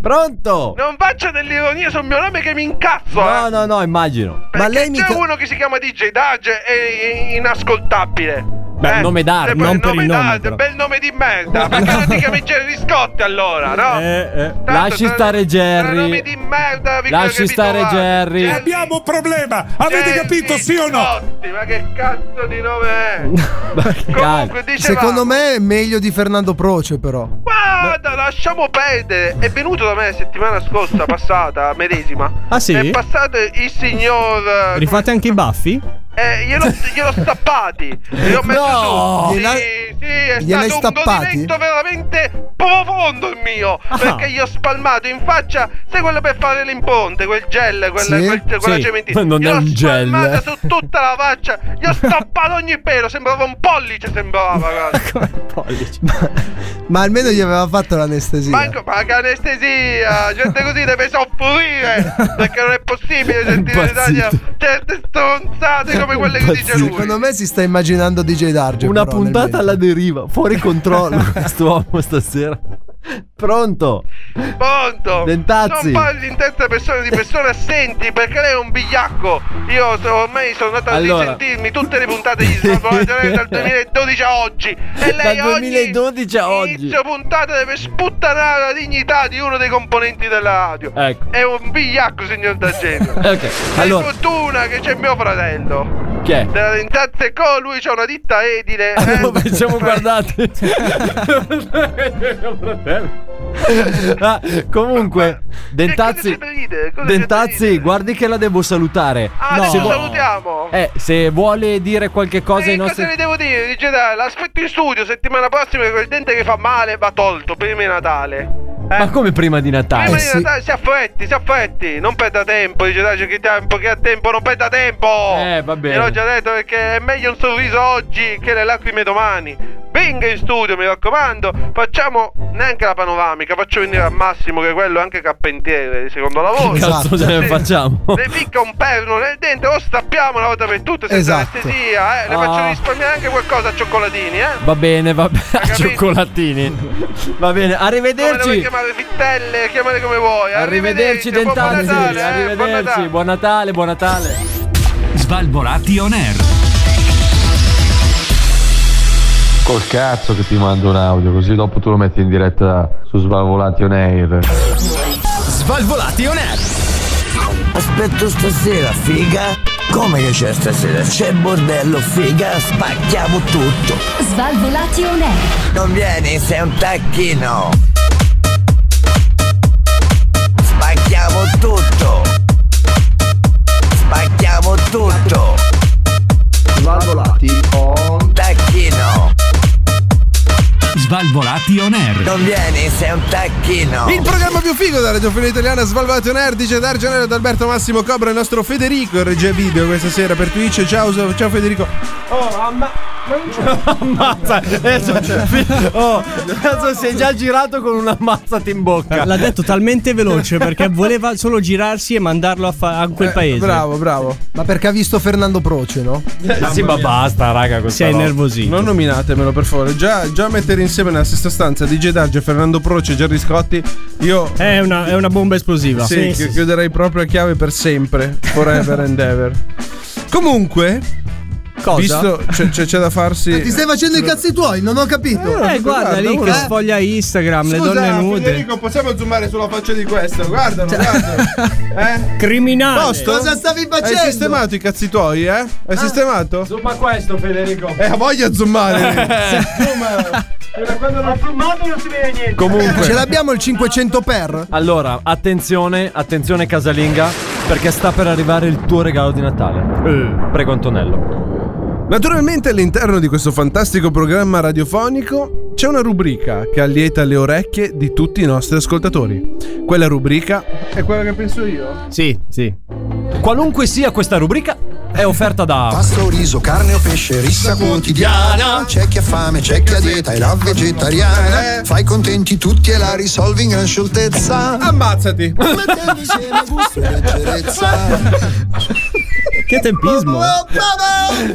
Pronto?
Non faccio dell'ironia sul mio nome che mi incazzo!
No,
eh.
no, no, immagino.
Perché c'è uno che si chiama DJ Dage e è inascoltabile. Eh,
Beh, nome d'arte,
sempre
non per il nome,
d'arte,
però.
bel nome di merda. Perché non ti chiami Jerry Scott allora, no?
Eh, Lasci stare
Nomi
Jerry.
di merda, vi
Lasci stare Jerry.
Abbiamo
un problema. Avete capito, sì o no?
Ma che cazzo di nome è? Comunque diceva
Secondo me è meglio di Fernando Proce, però.
Guarda, lasciamo perdere. È venuto da me settimana scorsa, passata, medesima.
Ah, sì?
È passato il signor eh,
Rifate anche i baffi?
Eh, glielo, glielo stappati. Glielo ho messo
No!
su. Sì,
Gliel'hai-
sì, è
gliel'hai
stato un
stappati?
godimento veramente profondo il mio.
Ah.
Perché gli ho spalmato in faccia, sai quello per fare l'imponte, quel gel, quel,
Sì?
quel- quella
Sì,
cementina.
ma non è
Gliel'ho
un gel.
spalmata su tutta la faccia. Gli ho stappato ogni pelo, sembrava un pollice, sembrava. guarda.
Ma almeno gli aveva fatto l'anestesia.
Manco, ma che anestesia! Gente così deve soffrire! Perché non è possibile sentire in Italia certe stronzate come quelle che dice lui.
Secondo me si sta immaginando DJ Darge.
Una
però, nel
puntata
mezzo.
alla deriva, fuori controllo quest'uomo stasera. Pronto?
Pronto?
Dentazzi.
Non parli in terza persona di persone assenti perché lei è un bigliacco. Io so- ormai sono andato a
Allora.
risentirmi tutte le puntate di Svalvolatorio dal 2012 a oggi. E lei
Dal 2012 a
oggi.
oggi.
Inizio puntata deve sputtanare la dignità di uno dei componenti della radio.
Ecco.
È un bigliacco, signor D'Argento.
Ok,
Per
allora,
fortuna che c'è mio fratello.
Chi è?
Della Dentazze Co. Lui c'ha una ditta edile. eh.
siamo guardati. Ah, comunque, Dentazzi,
Ride, cosa c'è da dire?
Dentazzi, guardi che la devo salutare.
Ah, adesso
Se
lo
vuo-
salutiamo.
eh, se vuole dire qualche cosa
Che
ai
cosa
nostri.
ne devo dire? Dice dai, l'aspetto in studio settimana prossima che quel dente che fa male va tolto prima di Natale.
Ma come prima di Natale?
Prima di Natale Eh, si affretti, si affretti, non perda tempo, dice dai, c'è chi tempo, che ha tempo, non perda tempo!
Eh, va bene.
Te l'ho già detto perché è meglio un sorriso oggi che le lacrime domani. Venga in studio, mi raccomando, facciamo neanche la panoramica, faccio venire a Massimo che quello è anche carpentiere, di secondo lavoro.
Che cazzo ce ne facciamo?
Le picca un perno nel dente, lo stappiamo una volta per tutte senza
Esatto.
anestesia, eh. Le
Ah.
faccio risparmiare anche qualcosa a cioccolatini, eh.
Va bene, va bene. Cioccolatini. Va
Come
bene,
le vuoi
arrivederci.
chiamare fittelle, chiamale come vuoi.
Arrivederci,
buon
Dentazzi.
Natale, eh, buon
Arrivederci.
Natale.
Buon Natale, buon Natale.
Svalvolati on air.
Col cazzo che ti mando un audio, così dopo tu lo metti in diretta su Svalvolati on Air.
Svalvolati on air.
Aspetto stasera, figa. Come che c'è stasera? C'è bordello, figa. Spacchiamo tutto.
Svalvolati on air.
Non vieni, sei un tacchino. Spacchiamo tutto. Spacchiamo tutto. Svalvolati on tacchino.
Svalvolati on air.
Non vieni, sei un tacchino.
Il programma più figo della radiofonia italiana Svalvati on Air dice Dario Gennaro ed Alberto Massimo Cobra il nostro Federico in regia video questa sera per Twitch ciao, ciao Federico
Oh, amma- Ammazza, eh, cioè, fi- oh, cazzo, si è già girato con una mazzata in bocca.
L'ha detto talmente veloce perché voleva solo girarsi e mandarlo a, fa- a
Eh,
quel paese.
Bravo, bravo. Ma perché ha visto Fernando Proce, no?
sì, ma basta, raga. questa roba.
non nominatemelo per favore già, già mettere insieme nella stessa stanza DJ Darge Fernando Proce Gerry Scotti io
è una, è una bomba esplosiva.
sì,
Sì,
chi-
sì, sì.
chiuderei proprio a chiave per sempre forever and ever comunque
Cosa?
visto c'è, c'è- c'è da farsi
Ti stai facendo i cazzi tuoi, non ho capito.
Eh, guarda lì che sfoglia Instagram, le
Scusa,
donne nude. Cioè,
Federico, possiamo zoomare sulla faccia di questo? Guardalo, guardalo. Eh?
Criminale.
Posto?
Cosa stavi facendo?
Hai sistemato i cazzi tuoi, eh? Hai sistemato?
Zoom questo, Federico.
Eh, ha voglia di zoomare.
Quando non filmato non si vede niente.
Comunque.
Ce l'abbiamo il 500 per?
Allora, attenzione, attenzione casalinga, perché sta per arrivare il tuo regalo di Natale. Prego Antonello.
Naturalmente all'interno di questo fantastico programma radiofonico c'è una rubrica che allieta le orecchie di tutti i nostri ascoltatori. Quella rubrica è quella che penso io.
Sì, sì.
Qualunque sia questa rubrica, è offerta da.
Pasto, riso, carne o pesce, rissa quotidiana. C'è chi ha fame, c'è chi ha dieta e la vegetariana.
Eh.
Fai contenti tutti e la risolvi in gran scioltezza.
Ah,
Ammazzati!
Mettendo insieme gusto e leggerezza.
Che tempismo.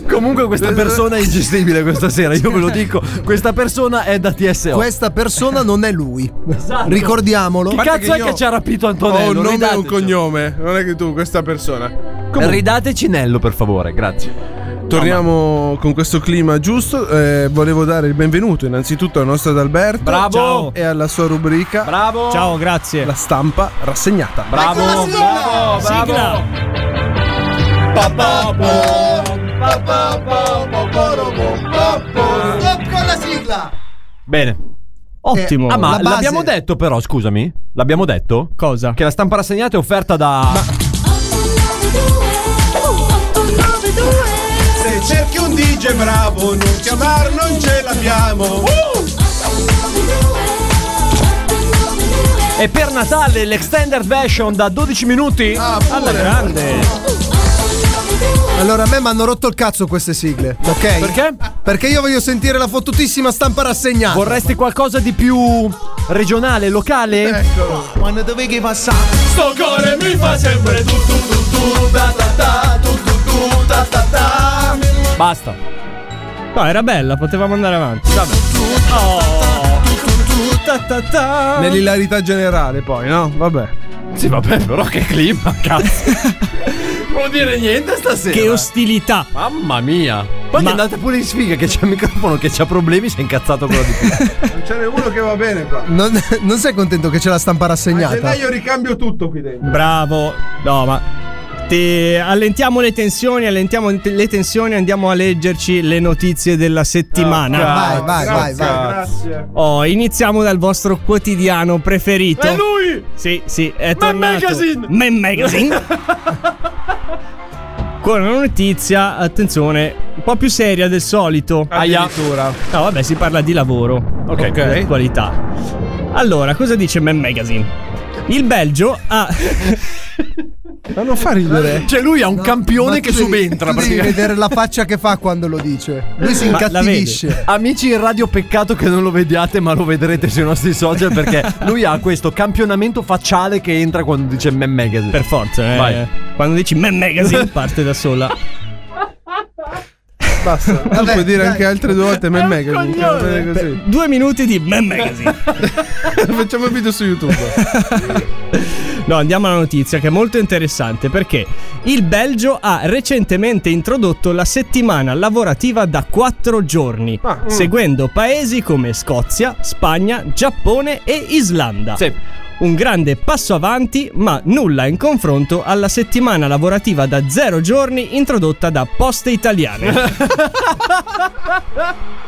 Comunque, questa persona è ingestibile questa sera, io ve lo dico. Questa persona è da TSO.
Questa persona non è lui.
Esatto.
Ricordiamolo.
Chi cazzo è che ci ha rapito Antonello?
Ho un Oh, nome e un
Ridateci.
cognome, non è che tu, questa persona. Comunque-
Ridateci Nello, per favore, grazie.
Torniamo con questo clima giusto. Eh, volevo dare il benvenuto innanzitutto al nostro Adalberto.
Bravo. Ciao.
E alla sua rubrica.
Bravo.
Ciao, grazie.
La stampa rassegnata.
Bravo, bravo, bravo.
Stop con la sigla.
Bene.
Ottimo.
Ah, ma
La base-
l'abbiamo detto, però, scusami. L'abbiamo detto?
Cosa?
Che la stampa rassegnata è offerta da.
Se cerchi un DJ bravo, non chiamar, non ce l'abbiamo.
E per Natale l'extended version da 12 minuti alla grande.
Allora, a me mi hanno rotto il cazzo queste sigle, ok?
Perché?
Perché io voglio sentire la fottutissima stampa rassegnata.
Vorresti qualcosa di più regionale, locale?
Ecco.
Quando dovevi passare Sto cuore mi fa sempre tu tu tu tu ta ta ta tu tu tu ta ta ta
Basta.
No, era bella, potevamo andare avanti. Vabbè.
Nell'ilarità generale, poi, no? Vabbè.
Sì, vabbè, però che clima, cazzo. Vuol dire niente stasera.
Che ostilità.
Mamma mia. Poi
Ma-
è andata pure in sfiga che c'è il microfono che c'ha problemi, si è incazzato quello di
Non ce n'è uno che va bene qua.
Non, non sei contento che c'è la stampa
A
rassegnata?
gennaio ricambio tutto qui dentro.
Bravo. No, ma ti- allentiamo le tensioni, allentiamo te- le tensioni, andiamo a leggerci le notizie della settimana.
Vai, vai, vai, vai.
Grazie.
Oh, iniziamo dal vostro quotidiano preferito.
È lui!
Sì, sì,
Man
è tornato.
Magazine!
Man Magazine. Con una notizia, attenzione, un po' più seria del solito.
Aia.
Addirittura. No, vabbè, si parla di lavoro.
Ok.
Di Eh? qualità. Allora, cosa dice Man Magazine? Il Belgio ha...
non fa ridere.
Cioè, lui ha un campione
Ma
che
tu devi-
subentra.
Tu devi
praticamente.
vedere la faccia che fa quando lo dice. Lui si
Ma la
incattivisce.
vede. Amici in radio, peccato che non lo vediate, ma lo vedrete sui nostri social perché lui ha questo campionamento facciale che entra quando dice Man Magazine.
Per forza, eh.
Vai.
Quando dici Man Magazine parte da sola.
Basta. tu
Vabbè,
puoi dire
dai.
anche altre due volte Man Magazine. che va bene così.
Due minuti di Man Magazine.
Facciamo il video su YouTube.
No, andiamo alla notizia che è molto interessante perché il Belgio ha recentemente introdotto la settimana lavorativa da 4 giorni,
Ah, mm.
seguendo paesi come Scozia, Spagna, Giappone e Islanda.
Sì.
Un grande passo avanti, ma nulla in confronto alla settimana lavorativa da 0 giorni introdotta da Poste Italiane.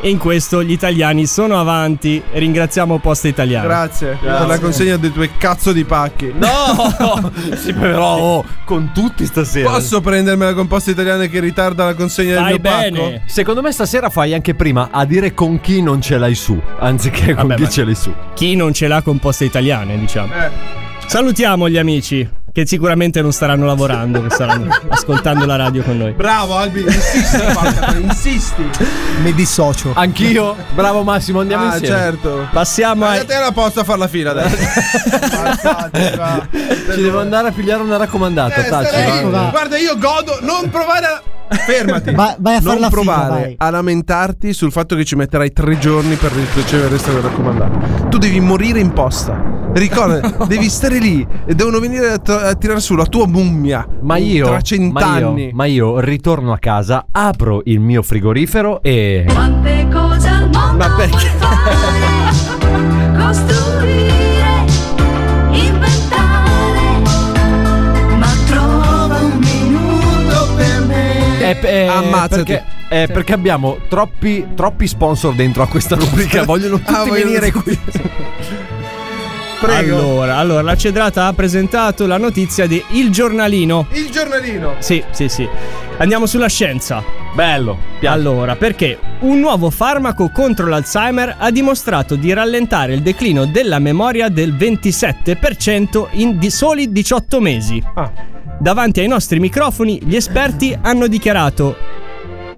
e in questo gli italiani sono avanti. Ringraziamo Poste Italiane.
Grazie. Per la consegna dei tuoi cazzo di pacchi.
No! sì, però oh, con tutti stasera.
Posso prendermela con posta italiana che ritarda la consegna
Fai
del mio
bene.
pacco?
Secondo me stasera fai anche prima a dire con chi non ce l'hai su, anziché con
Vabbè,
chi
ma-
ce l'hai su.
chi non ce l'ha con poste italiane, diciamo. Salutiamo gli amici che sicuramente non staranno lavorando, che staranno ascoltando la radio con noi.
Bravo Albi, insisti, porca- insisti.
Mi dissocio.
Anch'io, bravo Massimo, andiamo
Ah,
insieme.
certo.
Passiamo
Ma
a...
a te la posta a far la fila adesso. Ammazzate, va.
Ci devo andare a pigliare una raccomandata.
Eh,
taci,
stai lì.
vai.
va.
Guarda, io godo, non provare a. Fermati.
Vai- vai a far
non
la fila,
provare
vai.
a lamentarti sul fatto che ci metterai tre giorni per ricevere il resto del raccomandato. Tu devi morire in posta. Ricorda, devi stare lì e devono venire a, to- a tirare su la tua mummia.
Ma io,
Tra
ma io-
cent'anni.
ma io ritorno a casa, apro il mio frigorifero e.
Quante cose al mondo
Ma perché?
fare, costruire, inventare, ma trova un minuto per me.
Eh, eh,
Ammazzati.
Perché, eh, perché abbiamo troppi, troppi sponsor dentro a questa rubrica. Vogliono tutti
Ah, vogliono
venire
tutti-
qui.
Allora, allora, la Cedrata ha presentato la notizia di Il Giornalino.
Il giornalino.
Sì, sì, sì. Andiamo sulla scienza.
Bello. piace.
Allora, perché un nuovo farmaco contro l'Alzheimer ha dimostrato di rallentare il declino della memoria del 27% in di soli 18 mesi.
Ah.
Davanti ai nostri microfoni, gli esperti hanno dichiarato.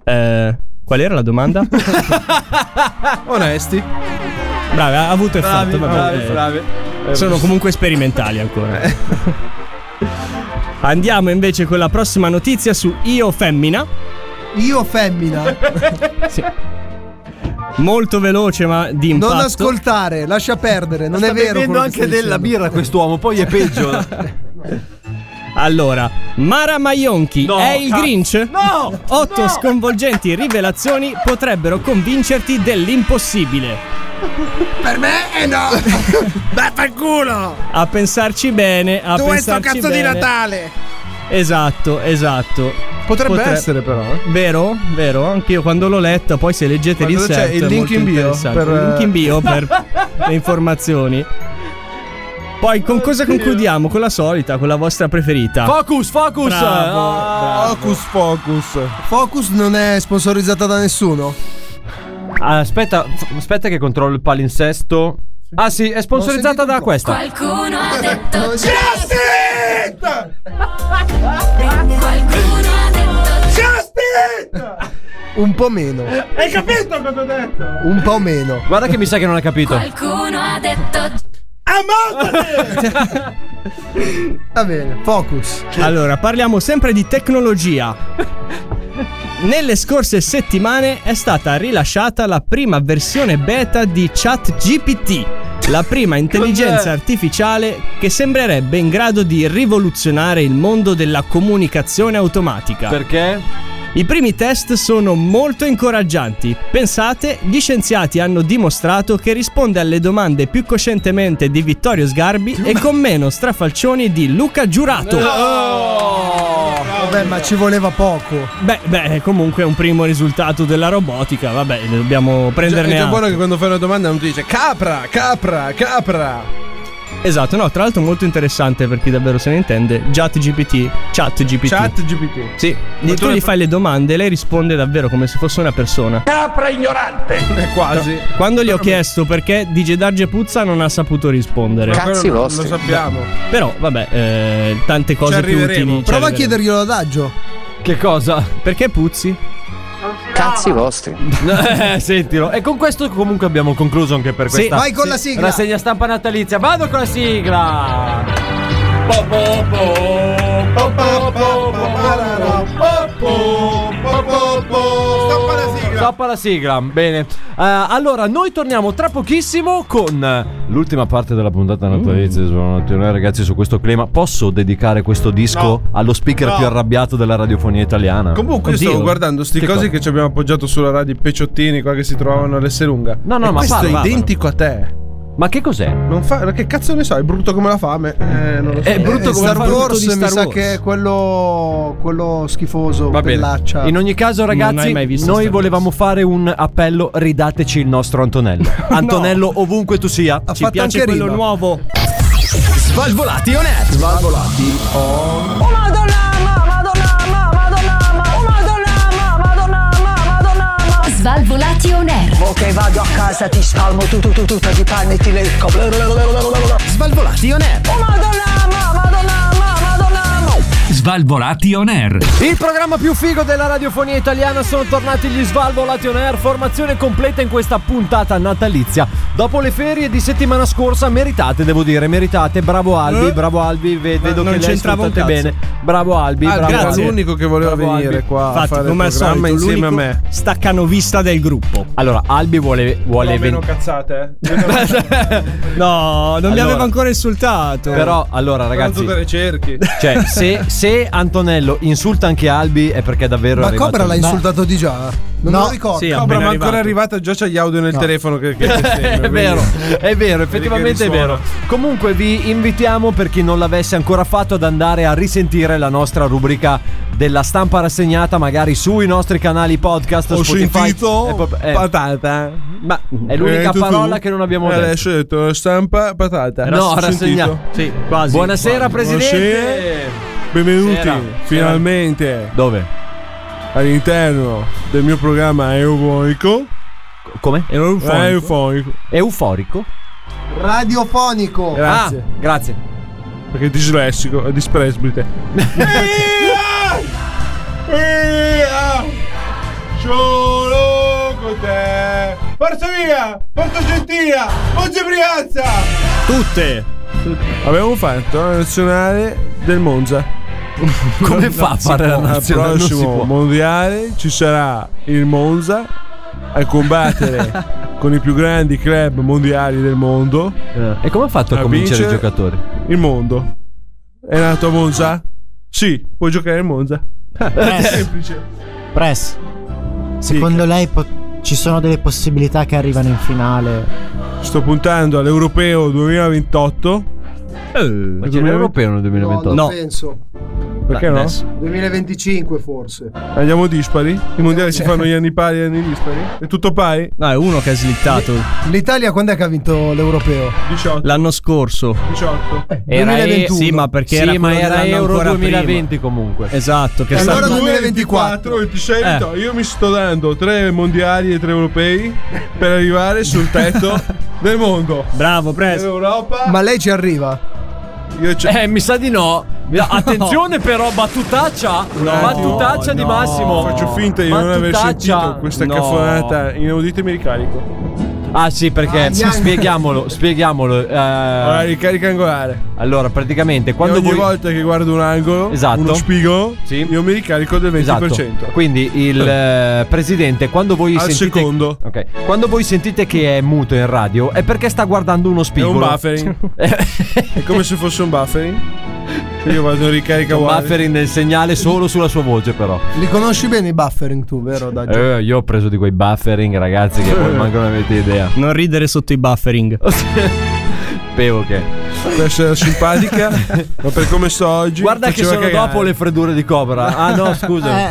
Eh, qual era la domanda?
Onesti.
Bravi, ha avuto effetto. vabbè, eh,
Eh,
Sono comunque sperimentali ancora. Andiamo invece con la prossima notizia su Io Femmina.
Io femmina.
Molto veloce, ma di impatto.
Non ascoltare, lascia perdere. Non è
Sta
vero.
bevendo
quello che
anche
stai
della
dicendo.
birra quest'uomo, poi è peggio.
Allora, Mara Maionchi
No, ah,
è il
Ah.
cazzo.
Grinch?
No!
Otto sconvolgenti rivelazioni potrebbero convincerti dell'impossibile.
Per me è no. Vaffanculo.
A pensarci bene, a
Tu è sto
pensarci
cazzo di
bene.
Natale.
Esatto, esatto.
Potrebbe
Potre-
essere però. eh.
Vero? Vero? Anch'io quando l'ho letta, poi se leggete
Quando
l'inserto
c'è il
è
link
molto
in bio eh.
interessante.
per,
Il link in
eh,
bio per le informazioni.
Poi con cosa concludiamo? Con la solita, con la vostra preferita.
Focus, focus!
Bravo, bravo.
Focus, focus. Focus non è sponsorizzata da nessuno?
Ah, Aspetta, f- aspetta che controllo il palinsesto. Ah sì, è sponsorizzata da questa.
Qualcuno ha detto
Justin!
Qualcuno ha detto
Justin!
Un po' meno.
Hai capito cosa ho detto?
Un po' meno.
Guarda che mi sa che non ha capito.
Qualcuno ha detto
Amate!
Va bene, focus.
Allora, parliamo sempre di tecnologia. Nelle scorse settimane è stata rilasciata la prima versione beta di ChatGPT, la prima intelligenza artificiale che sembrerebbe in grado di rivoluzionare il mondo della comunicazione automatica.
Perché?
I primi test sono molto incoraggianti. Pensate, gli scienziati hanno dimostrato che risponde alle domande più coscientemente di Vittorio Sgarbi e con meno strafalcioni di Luca Giurato.
Vabbè, ma ci voleva poco.
Beh, beh, comunque è un primo risultato della robotica. Vabbè, ne dobbiamo prenderne
È già buono
atto.
che quando fai una domanda non ti dice capra, capra, capra.
Esatto, no, tra l'altro molto interessante per chi davvero se ne intende. ChatGPT, ChatGPT.
Chat GPT.
Sì,
Ma
tu
tu
gli
le-
fai le domande e lei risponde davvero come se fosse una persona.
Capra ignorante!
È quasi.
Quando gli ho chiesto perché DJ Darge Puzza non ha saputo rispondere.
Ma quello lo, lo sappiamo.
Però, vabbè, eh, tante cose più
arriveremo.
utili. ci
Prova a
arriveremo.
chiederglielo l'adagio.
Che cosa?
Perché puzzi?
Cazzi vostri. eh, sentilo. E con questo comunque abbiamo concluso anche per
Sì,
questa.
vai con la sigla.
Rassegna stampa natalizia. Vado con la sigla. Po, po, po. Po, po, po, po, po,
Stoppa la sigla!
Stoppa la sigla, bene. Eh, allora, noi torniamo tra pochissimo con eh, l'ultima parte della puntata
Mm.
natalizia. Sono tornato, ragazzi, su questo clima. Posso dedicare questo disco allo speaker
No.
più arrabbiato della radiofonia italiana?
Comunque, io
Oddio.
stavo guardando sti
Che
cosi
cosa?
che ci abbiamo appoggiato sulla radio, i peciottini qua che si trovavano all'Esselunga.
No, no,
E
ma
questo
parla,
è
parla.
identico a te.
Ma che cos'è?
Non fa, che cazzo ne so, è brutto come la fame. Eh, non lo so.
È brutto
Eh,
come
Star
fa tutto
Wars
di
mi
Star
sa
Wars.
che è quello, quello schifoso,
Va bene.
pellaccia.
In ogni caso,
Non
ragazzi,
hai mai visto Star
noi
Wars.
volevamo fare un appello: ridateci il nostro Antonello. Antonello, ovunque tu sia, ci
Ci
piace
piace quello nuovo.
Svalvolati on air.
Svalvolati on.
Oh madonna, ma, madonna, ma, madonna, ma, oh madonna, ma, madonna, ma, madonna, ma Svalvolati on air
Mo che vado a casa ti spalmo tu tu tu tu di panni ti lecco
Svalvolati on air.
Oh madonna, ma, madonna, ma, madonna, ma
Svalvolati on air.
Il programma più figo della radiofonia italiana sono tornati gli Svalvolati on Air, formazione completa in questa puntata natalizia. Dopo le ferie di settimana scorsa, meritate, devo dire, meritate. Bravo Albi,
Eh?
bravo Albi, ve-
Ma
vedo
non
che le
c'entrava un
ascoltate
cazzo.
bene. Bravo Albi,
Ah,
bravo
grazie.
Albi.
L'unico che voleva
Bravo
venire
Albi.
qua a
Infatti,
fare il
come al
programma
solito,
insieme a
l'unico
me.
staccanovista del gruppo.
Allora, Albi vuole, vuole
Però meno
ven-
cazzate, eh.
No, non mi
Allora.
aveva ancora insultato.
Però, allora, ragazzi,
Tanto te le cerchi.
Cioè, se, se Antonello insulta anche Albi è perché davvero. è
Ma
arrivato-
Cobra l'ha
Ma-
insultato di già? Non me lo ricordo.
Sì,
Cobra, ma ancora è arrivata già c'è gli audio nel telefono che, che che segue,
È
quindi-
vero, è vero, effettivamente è vero. Comunque vi invitiamo, per chi non l'avesse ancora fatto, ad andare a risentire la nostra rubrica della stampa rassegnata, magari sui nostri canali podcast.
Ho
Spotify,
sentito
Apple- eh,
patata.
Ma è l'unica
Eh, tu, tu?
parola che non abbiamo
Eh,
detto.
Adesso ho detto stampa patata.
No,
Ho sentito.
rassegnato.
Sì, quasi.
Buonasera,
Buonasera.
presidente.
Benvenuti
Sera,
finalmente
Dove?
all'interno del mio programma eufonico.
Come?
Eh, Eufonico.
Euforico?
Radiofonico.
Grazie.
Ah, grazie.
Perché è dislessico, è dispresbite.
Via! Solo con te! Forza via! Porto Gentia! Monza Brianza!
Tutte.
Abbiamo fatto la nazionale del Monza.
Come fa a fare la nazionale?
Al
Non si
prossimo
può.
mondiale ci sarà il Monza a combattere con i più grandi club mondiali del mondo.
E come ha fatto a,
A
convincere i
vincere-
giocatori?
Il mondo è nato a Monza? Sì, puoi giocare a Monza.
Press. Press. Secondo lei po- ci sono delle possibilità che arrivano in finale?
Sto puntando all'Europeo 2028.
Eh,
Ma c'è l'europeo nel 2028?
No.
penso.
Lo Perché no?
2025 forse.
Andiamo dispari? I mondiali si fanno gli anni pari e gli anni dispari? È tutto pari?
Eh. No, è uno che ha slittato.
L'Italia quando è che ha vinto l'europeo?
18.
L'anno scorso. Eh,
18.
Era 2021. Sì, ma perché era quello dell'anno
Euro
ancora
2020 comunque.
Esatto, che
E
sta-
allora 2024, 26,
Eh.
no, io mi sto dando tre mondiali e tre europei per arrivare sul tetto del mondo.
Bravo, preso.
Europa.
Ma lei ci arriva?
Io c'è-
Eh, mi sa di no. Mi- Attenzione, però, battutaccia. battutaccia di Massimo.
Faccio finta di non aver
Battutaccia.
sentito questa
No.
caffonata inaudita e mi ricarico.
Ah, sì, perché
Ah, Gian-
spieghiamolo. Spieghiamolo. Eh,
Allora, ricarica angolare.
Allora, praticamente,
Quando
quando
ogni
voi.
volta che guardo un angolo,
Esatto.
uno spigo, io mi ricarico del 20%.
Esatto. Quindi il eh, presidente, quando voi
Al
sentite.
secondo.
Ok. Quando voi sentite che è muto in radio, è perché sta guardando uno
È
spigolo.
un buffering. è come se fosse un buffering. Cioè io vado in ricarica
Un
uguale.
buffering del segnale solo sulla sua voce, però.
Li conosci bene i buffering tu, vero? Da
Eh, io ho preso di quei buffering, ragazzi, che poi manco ne avete idea.
Non ridere sotto i buffering.
Sapevo che.
Per essere simpatica, ma per come sto oggi.
Guarda che
faceva
sono
cagare.
dopo le freddure di Cobra. Ah, no, scusa.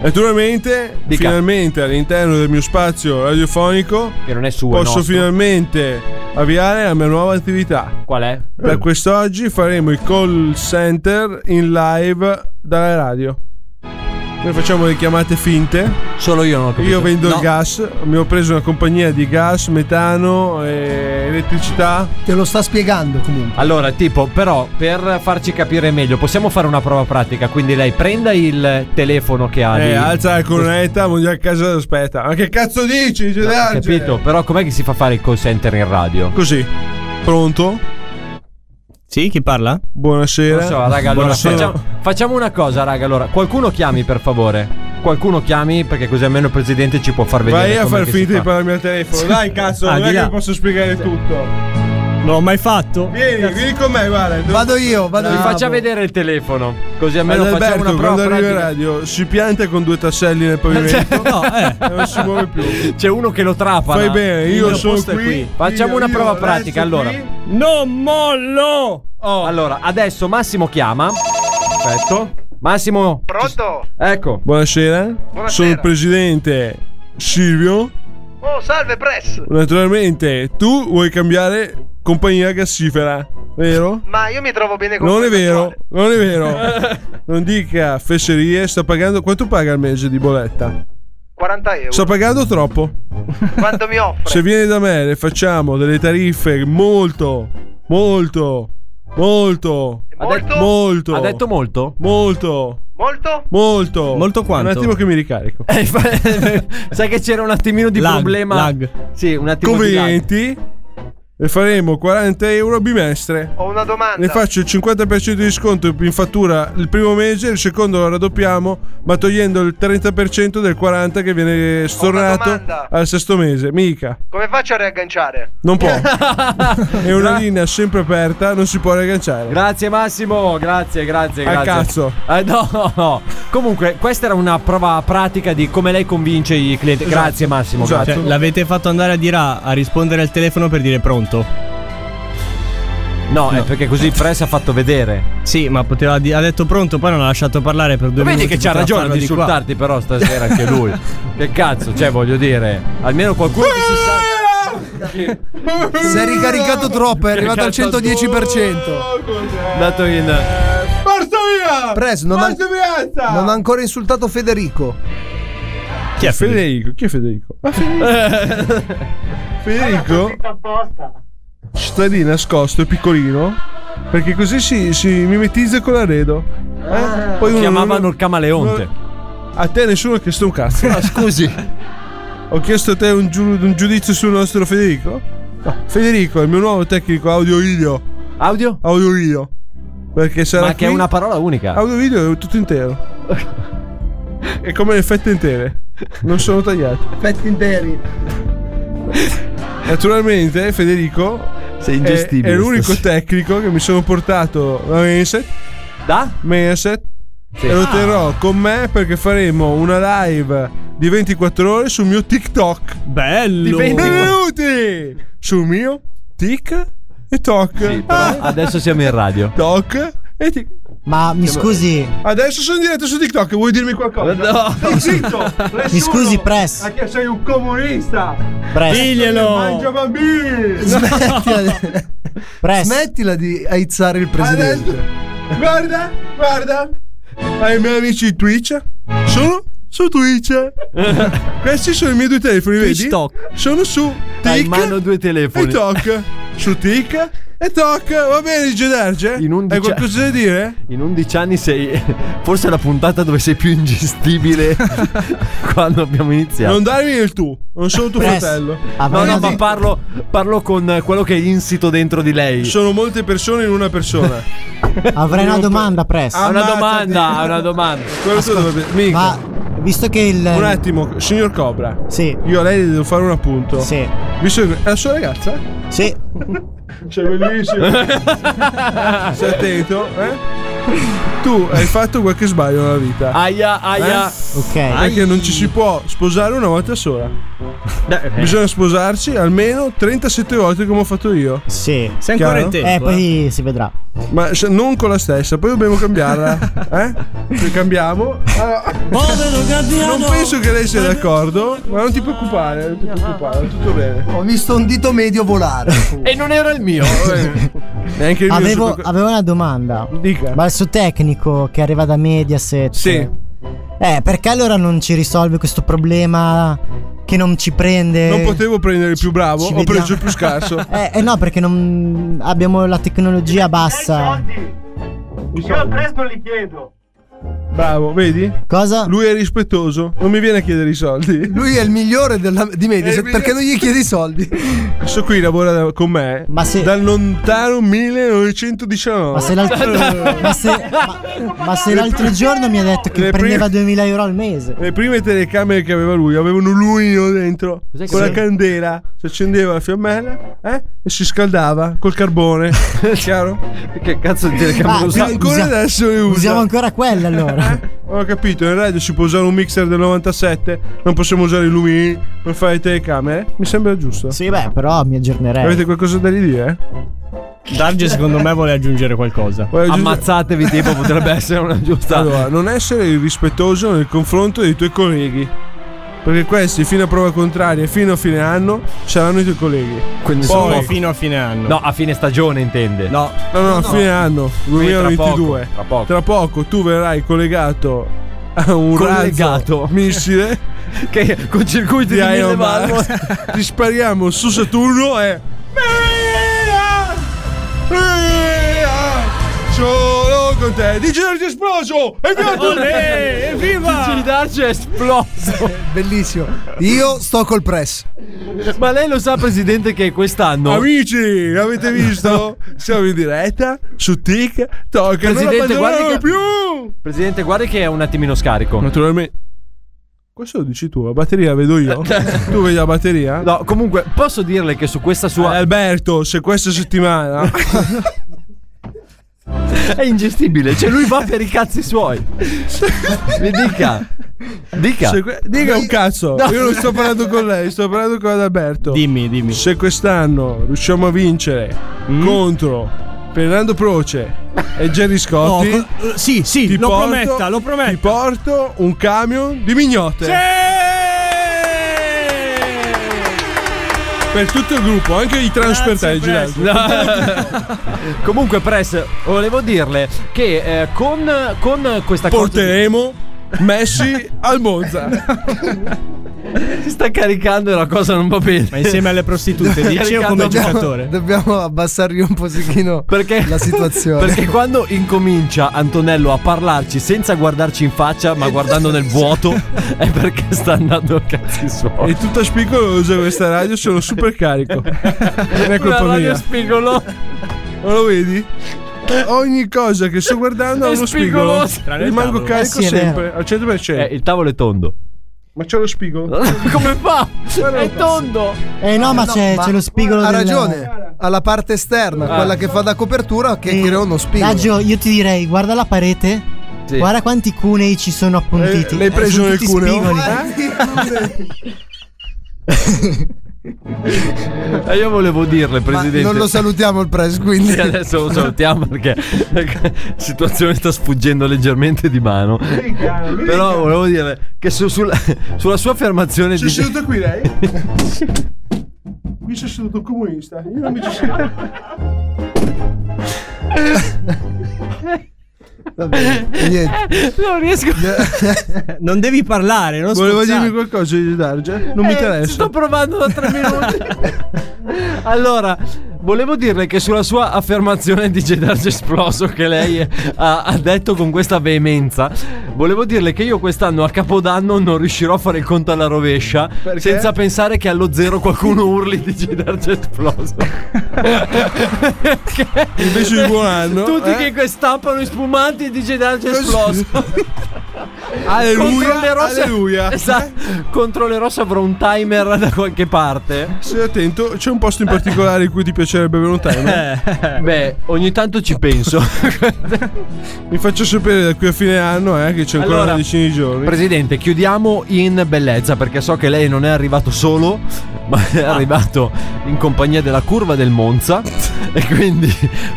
Naturalmente,
Dica.
finalmente all'interno del mio spazio radiofonico,
che non è suo, è
posso
nostro.
finalmente avviare la mia nuova attività.
Qual è?
Da quest'oggi faremo il call center in live dalla radio. Noi facciamo le chiamate finte.
Solo io non ho capito.
Io vendo
No.
il gas, mi ho preso una compagnia di gas, metano e elettricità.
Te lo sta spiegando comunque.
Allora, tipo, però, per farci capire meglio, possiamo fare una prova pratica. Quindi lei prenda il telefono che ha.
eh,
lì.
alza la cornetta, voglio a casa aspetta. Ma che cazzo dici, Gedarge?
Eh, Capito? Però com'è che si fa fare il call center in radio?
Così. Pronto?
Sì, chi parla?
Buonasera.
Non so, raga, allora
Buonasera.
facciamo, facciamo una cosa, raga. Allora, qualcuno chiami per favore. Qualcuno chiami perché così almeno il presidente ci può far vedere.
Vai a
com'è
far
che si
finta
fa.
di parlarmi al telefono. Dai, cazzo,
Ah,
non
di
è
là.
che posso spiegare tutto.
Non l'ho mai fatto.
Vieni, vieni con me, guarda.
Vado io, vado
Mi
io.
faccia vedere il telefono. Così almeno
Ah, boh. Adalberto,
facciamo una
quando
prova. Cioè,
arriva in
pratica.
radio, si pianta con due tasselli nel pavimento.
eh.
Non si muove più.
C'è uno che lo trapana.
Fai bene,
Il
io
mio
sono
posto è
qui,
Facciamo
io-
una
io
prova
resto
pratica. Allora,
qui.
Non mollo!
allora, adesso Massimo chiama. Perfetto. Massimo.
Pronto?
Ecco.
Buonasera. sono il presidente Silvio.
Oh, salve Press!
Naturalmente, tu vuoi cambiare compagnia gassifera, vero?
Ma io mi trovo bene con
Non è
voi,
vero, non è vero. Non dica fesserie, sto pagando. Quanto paga al mese di bolletta?
40 euro.
Sto pagando troppo.
Quanto mi offre?
Se viene da me, le facciamo delle tariffe molto, molto, molto,
Molto?
molto.
Ha detto molto?
Molto,
Molto?
molto.
Molto quanto?
Un attimo che mi ricarico.
Sai che c'era un attimino di
Lag,
problema.
lag.
Sì, un attimo di lag.
Convenienti. Le faremo 40 euro a bimestre.
Ho una domanda.
Ne faccio il 50% di sconto in fattura il primo mese, il secondo lo raddoppiamo, ma togliendo il 30% del 40% che viene stornato
domanda.
al sesto mese. Mica,
Come faccio a riagganciare?
non può. È una linea sempre aperta, non si può riagganciare.
Grazie Massimo, grazie, grazie,
Ah,
grazie.
cazzo.
Eh, no, no. Comunque, questa era una prova pratica di come lei convince i clienti. Grazie Massimo,
Esatto.
Cioè,
grazie.
l'avete fatto andare a Dirà a rispondere al telefono per dire pronto.
No, è perché così il press ha fatto vedere.
Sì, ma poteva di- ha detto pronto, poi non l'ha lasciato parlare per due
Vedi
minuti.
che c'ha
poteva
ragione
farlo
di
qua.
insultarti però stasera anche lui. che cazzo, cioè voglio dire, almeno qualcuno che si sa...
Si è ricaricato troppo, è arrivato al 110%.
Dato in...
Porta via!
Pres, non ha,
Porta via! alza!
non ha ancora insultato Federico.
Chi è Federico? Chi è Federico? Ah, Federico. Federico? Sta lì nascosto e piccolino. Perché così si, si mimetizza con l'arredo. Eh? Poi uno
Chiamavano
non-
il camaleonte.
A te nessuno ha chiesto un cazzo. Ah, scusi. Ho chiesto a te un, giu- un giudizio sul nostro Federico? No. Federico è il mio nuovo tecnico audio video.
Audio?
Audio video. Perché sarà
Ma che è
qui-
una parola unica.
Audio video è tutto intero. è come le fette intere. Non sono tagliate.
Petti interi.
Naturalmente, Federico
Sei
è,
ingestibile.
è l'unico
stasera.
tecnico che mi sono portato da Meset.
Da?
Meset.
Sì.
E
Ah.
lo terrò con me perché faremo una live di 24 ore sul mio TikTok.
Bello!
Benvenuti sul mio Tik e Tok.
Ah. Sì, però adesso siamo in radio.
Tok e Tik.
Ma mi scusi,
Adesso sono in diretta su TikTok, vuoi dirmi qualcosa?
No.
Stai zitto!
mi scusi, Press.
Ecco.
Perché sei un comunista!
Presto. Diglielo.
Mangia bambini!
Smettila, smettila di aizzare il presidente.
Guarda, guarda! Ai miei amici di Twitch sono su Twitch. Questi sono i miei due telefoni, vedi? Sono su Tic.
Hai in mano due telefoni.
E Toc. Su Tic e Toc. Va bene, Gedarge? In Hai qualcosa da dire?
In 11 anni sei. Forse è la puntata dove sei più ingestibile quando abbiamo iniziato.
Non darmi il tu, non sono tuo
Press.
fratello.
Ah, No, no, ma parlo, parlo con eh, quello che è insito dentro di lei.
Sono molte persone in una persona.
avrei una domanda, Press.
Ah,
Ha una domanda, ha una domanda.
Questo dovrebbe. Mica.
Ma visto che il.
Un attimo, signor Cobra.
Sì.
Io a lei le devo fare un appunto.
Sì.
Visto che è la sua ragazza?
Sì.
C'è bellissimo. Stai attento, eh? Tu hai fatto qualche sbaglio nella vita.
Aia, aia.
Ok.
Perché non ci si può sposare una volta sola. Bisogna sposarci almeno 37 volte come ho fatto io.
Sì.
Sei
Eh, poi si vedrà.
Ma se- non con la stessa, poi dobbiamo cambiarla. Eh? Poi cambiamo. Allora- non penso che lei sia d'accordo, ma non ti preoccupare, non ti preoccupare, va tutto bene.
Ho visto un dito medio volare.
e non era il mio.
Neanche il mio
Avevo,
super-
avevo una domanda.
Dica.
Ma il suo tecnico che arriva da Mediaset.
Sì.
Eh, perché allora non ci risolve questo problema che non ci prende?
Non potevo prendere il più bravo,
eh, Ci
ho
vediamo.
preso il più scarso.
Eh, eh no, perché non abbiamo la tecnologia bassa.
Io al press non li chiedo.
Bravo, vedi?
Cosa?
Lui è rispettoso, non mi viene a chiedere i soldi.
Lui è il migliore della- di
È
Mediaset
il
perché non gli chiedi i soldi.
Questo qui lavora da- con me dal lontano 1919.
Ma se l'altro, ma se- ma- ma se l'altro giorno mi ha detto che
Le prime-
prendeva 2000 euro al mese.
Le prime telecamere che aveva lui avevano l'ulino dentro
Cos'è che
con la
sì?
candela. Si accendeva la fiammella eh, e si scaldava col carbone. Chiaro?
che cazzo di
Ah,
telecamere
quindi
Ancora
usa-
adesso Eh? le usa.
Usiamo ancora quella allora.
Ho capito, in radio si può usare un mixer del 97, non possiamo usare i lumini per fare le telecamere. Mi sembra giusto.
Sì, beh, però mi aggiornerei.
Avete qualcosa da ridire?
Eh. Darge secondo me vuole aggiungere qualcosa.
Ammazzatevi tipo potrebbe essere una giusta.
Allora, non essere irrispettoso nel confronto dei tuoi colleghi. Perché questi, fino a prova contraria, fino a fine anno, saranno i tuoi colleghi.
Quindi
Poi-
sono-
Fino a fine anno.
No, a fine stagione intende.
No.
No, no, a fine anno
Quindi tra poco,
2022.
tra poco.
tu verrai collegato a un
Collegato.
razzo missile
che con circuiti
di
di mille
Iron Man.
valvole.
Ti spariamo su Saturno e solo con te. Di Giorgio esploso! E via
Olè,
evviva! Il Darge è esploso.
Bellissimo. Io sto col press.
Ma lei lo sa, presidente, che quest'anno.
Ah,
Amici, avete visto? Siamo in diretta su TikTok.
Presidente,
non
guardi
guarda
che-
più.
Presidente, guarda che è un attimino scarico.
Naturalmente. Questo lo dici tu, la batteria la vedo io. tu vedi la batteria?
No, comunque, posso dirle che su questa
Ah,
sua.
eh,
Alberto, se questa settimana
È ingestibile, cioè lui va per i cazzi suoi. Mi dica. Dica.
Se Cioè, que- dica un cazzo,
No.
io non sto parlando con lei, sto parlando con Adalberto.
Dimmi, dimmi.
Se quest'anno riusciamo a vincere
Mm?
contro Fernando Proce e Jerry Scotti,
Oh, eh, sì, sì,
ti
lo prometta, lo prometta.
Ti porto un camion di mignotte. Per tutto il gruppo, anche i transfer te, Gilardi.
Comunque, Press, volevo dirle che eh, con, con questa
Porteremo Messi al Monza.
cosa. Si sta caricando e la cosa non va bene.
Ma insieme alle prostitute,
Sta
dice o come
caricando-
giocatore?
Cioè, Dobbiamo abbassargli un pochino
Perché,
la situazione.
perché quando incomincia Antonello a parlarci senza guardarci in faccia, ma guardando nel vuoto, è perché sta andando a cazzi suoi.
È tutta spigolosa questa radio, sono super carico. Non è colpa
Una radio
mia.
spigolo.
Non lo vedi? Ogni cosa che sto guardando ha
È
uno spigolo.
spigoloso. Tranne il
Rimango
tavolo.
carico
Eh sì, è
sempre al 100%.
Eh, il tavolo è tondo.
Ma c'è lo spigolo?
Come fa? È tondo.
Eh no, ma,
No,
c'è,
ma
c'è lo spigolo
Ha
della-
ragione. Alla parte esterna,
Ah.
quella che fa da copertura, che
Eh,
crea uno spigolo.
Raggio, io ti direi, guarda la parete.
Sì.
Guarda quanti cunei ci sono appuntiti. Eh,
Eh, l'hai preso
Sono
nel
tutti
cuneo?
spigoli.
Eh?
E Eh, io volevo dirle, presidente.
non lo salutiamo il press, quindi.
Sì, adesso lo salutiamo perché la situazione sta sfuggendo leggermente di mano. Però volevo dire che su- sulla, sulla sua affermazione
C'è
di.
seduto qui lei? Qui c'è seduto un comunista. Io non mi ci siedo.
Va bene, niente.
Non riesco.
non devi parlare, non
Volevo
esatto.
sforzare.
dirmi qualcosa di Darge? Non mi
Eh,
interessa.
Sto provando da tre minuti. allora, volevo dirle che sulla sua affermazione di Gedarge esploso che lei ha, ha detto con questa veemenza, volevo dirle che io quest'anno a Capodanno non riuscirò a fare il conto alla rovescia senza pensare che allo zero qualcuno urli di Gedarge esploso. Invece
di buon anno,
Tutti
eh?
che que- stampano i spumanti di Gedarge esploso.
Alleluia,
Controllerò se-
alleluia.
Esatto. Controllerò se avrò un timer da qualche parte.
Stai attento, c'è un posto in particolare in cui ti piacerebbe avere un
Eh.
timer?
Beh, ogni tanto ci penso.
Mi faccio sapere da qui a fine anno eh, che c'è ancora
Allora,
una decina di giorni.
Presidente, chiudiamo in bellezza perché so che lei non è arrivato solo, ma è
Ah.
arrivato in compagnia della curva del Monza e quindi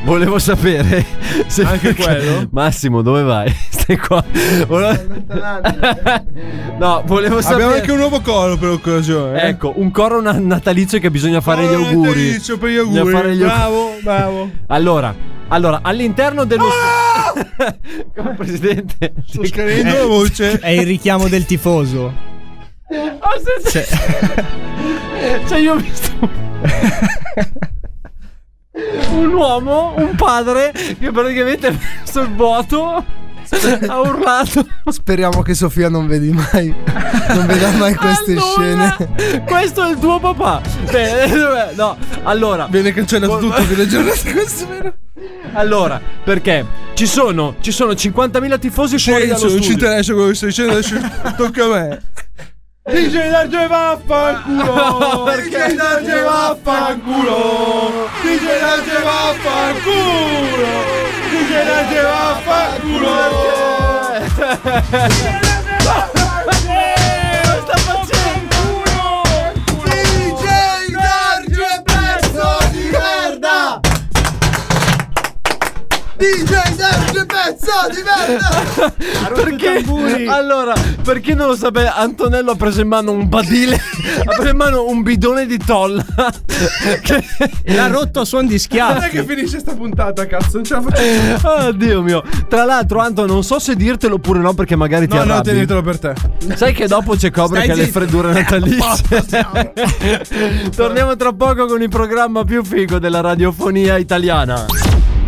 volevo sapere se
Anche quello?
Massimo, dove vai? Stai qua. Volevo- No, volevo sapere
Abbiamo anche un nuovo coro per l'occasione. eh.
Ecco, un coro na- natalizio che bisogna fare gli
Coro
auguri.
Ah, natalizio per gli
Bisogna
auguri.
fare
Bravo, bravo.
Allora, allora, all'interno dello.
Ah!
Come presidente. Sto
scherendo la voce.
È il richiamo del tifoso.
Cioè, cioè, io ho visto. Un uomo, un padre, che praticamente ha messo il vuoto. Ha urlato.
Speriamo che Sofia non vedi mai. Non veda mai queste
Allora,
scene.
Questo è il tuo papà. Beh, eh, no, allora.
Viene cancellato tutto fino a giornata.
Allora, perché ci sono, ci sono 50.000 tifosi fuori dallo
Silenzio, non ci
studio.
interessa quello che stai dicendo, adesso tocca a me.
DJ Darge vaffanculo!
No, perché?
DJ Darge vaffanculo! DJ Darge vaffanculo! DJ Darge vaffanculo! DJ Darge pezzo di merda! DJ Darge pezzo di merda!
Perché? Allora, per chi non lo sapeva, Antonello ha preso in mano un badile, ha preso in mano un bidone di tolla. che
L'ha rotto a suon di
Non è
schiaffi.
che finisce sta puntata, cazzo, non ce la faccio.
Eh,
Oh, Dio mio. Tra l'altro, Anto, non so se dirtelo oppure no, perché magari ti
No, no,
arrabbi.
tenetelo per te.
Sai che dopo c'è Cobra
Stai
che ha le
zitto.
freddure natalizie. Torniamo tra poco con il programma più figo della radiofonia italiana.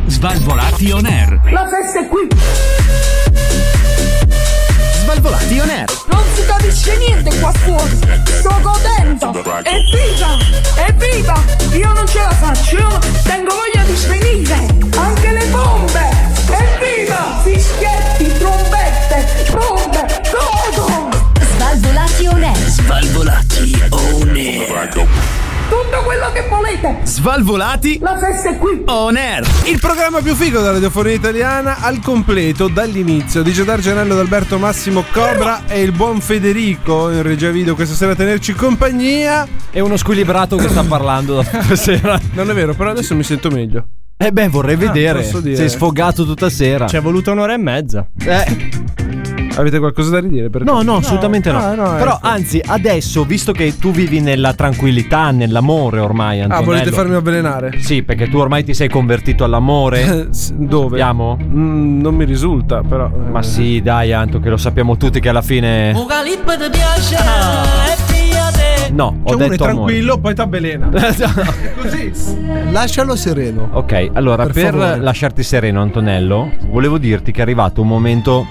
Svalvolati on air.
La festa è qui!
Svalvolati on air.
Non si capisce niente qua fuori! Sto godendo! Evviva! Evviva! Io non ce la faccio! Io tengo voglia di svenire! Anche le bombe! Evviva! Fischietti, trombette, bombe! Godo! Svalvolati on
Svalvolati on air.
Tutto quello che volete!
Svalvolati.
La festa è qui.
On air.
Il programma più figo della radiofonia italiana al completo dall'inizio. Dice D'Argenello d'Alberto Massimo Cobra e il buon Federico in regia video questa sera a tenerci compagnia.
È uno squilibrato che sta parlando da tutta sera.
Non è vero, però adesso mi sento meglio.
Eh beh, vorrei vedere.
posso dire.
Sei sfogato tutta sera.
Ci è voluto un'ora e mezza.
Eh.
Avete qualcosa da ridire? Per
No, no, assolutamente no.
Ah, no,
Però
ecco.
anzi, adesso, visto che tu vivi nella tranquillità, nell'amore ormai,
Ah,
Antonello.
volete farmi avvelenare?
Sì, perché tu ormai ti sei convertito all'amore.
S- Dove?
Sappiamo?
Mm, non mi risulta, però. eh.
Ma sì, dai, Anto, che lo sappiamo tutti che alla fine. Ah.
Mugalip ti piace e pigliate
No, ho
Cioè, uno è
detto amore.
tranquillo, poi t'avvelena.
Lascialo sereno.
Ok, allora
Per
per,
favore.
lasciarti sereno, Antonello, volevo dirti che è arrivato un momento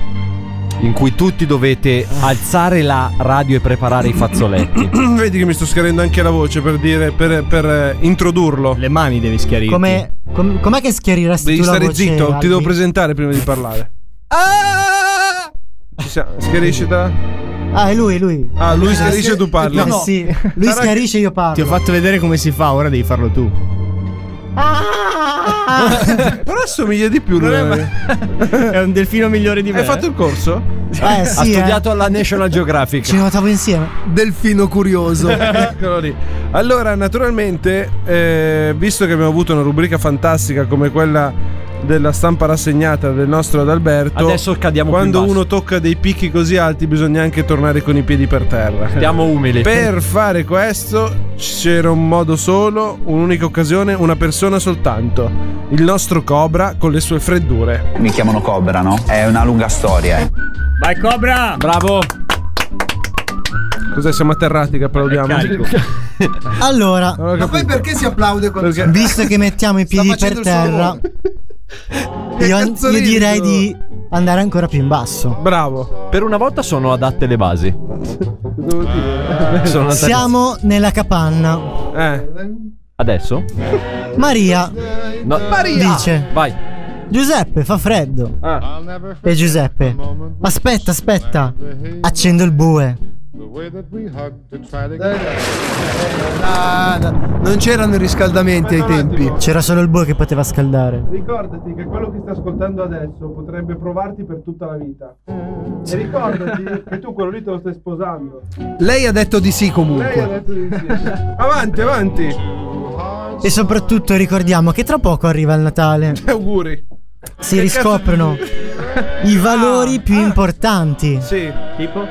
in cui tutti dovete alzare la radio e preparare i fazzoletti.
Vedi che mi sto schiarendo anche la voce per dire, per, per, eh, introdurlo.
Le mani devi schiarire.
Come, com- com'è che schieriresti
Devi
tu la
stare
voce,
zitto,
Albi?
ti devo presentare prima di parlare. Ci siamo. Schiariscita.
Ah, è lui, è lui.
Ah, lui schiarisce e tu parli.
Eh, sì. Lui
Sarà che-
schiarisce e io
Ti ho
parlo.
fatto vedere come si fa, ora devi farlo tu.
Ah!
Però assomiglia di più. lui.
È un delfino migliore di me.
Hai fatto il corso?
Eh, sì,
ha studiato alla National Geographic.
Ci nuotavo insieme.
Delfino curioso.
Eh.
Eccolo lì. Allora, naturalmente, eh, visto che abbiamo avuto una rubrica fantastica come quella della stampa rassegnata del nostro Adalberto,
Adesso cadiamo più in
quando
basso.
uno tocca dei picchi così alti bisogna anche tornare con i piedi per terra.
Stiamo umili.
Per fare questo c'era un modo solo, un'unica occasione, una persona soltanto. Il nostro Cobra con le sue freddure.
Mi chiamano Cobra, no? È una lunga storia, eh.
Vai, Cobra!
Bravo!
Cos'è? Siamo atterrati che applaudiamo.
Allora,
Ma poi perché si applaude quando
Perché-
visto che mettiamo i
Sta
piedi per
facendo il
terra, io,
cazzo
io
dici?
direi di andare ancora più in basso.
Bravo.
Per una volta sono adatte le basi. Sono andate-
Siamo nella capanna.
Eh.
Adesso?
Maria
No.
dice:
Vai.
Giuseppe fa freddo. E Giuseppe: Aspetta, aspetta, accendo il bue.
Ah, Non c'erano i riscaldamenti ai tempi.
C'era solo il bue che poteva scaldare.
Ricordati che quello che sta ascoltando adesso potrebbe provarti per tutta la vita.
Mm.
E ricordati che tu quello lì te lo stai sposando.
Lei ha detto di sì
Lei ha
comunque.
detto di sì. Avanti, avanti.
E soprattutto ricordiamo che tra poco arriva il Natale.
Auguri.
Si riscoprono i valori più importanti.
Sì.
Tipo?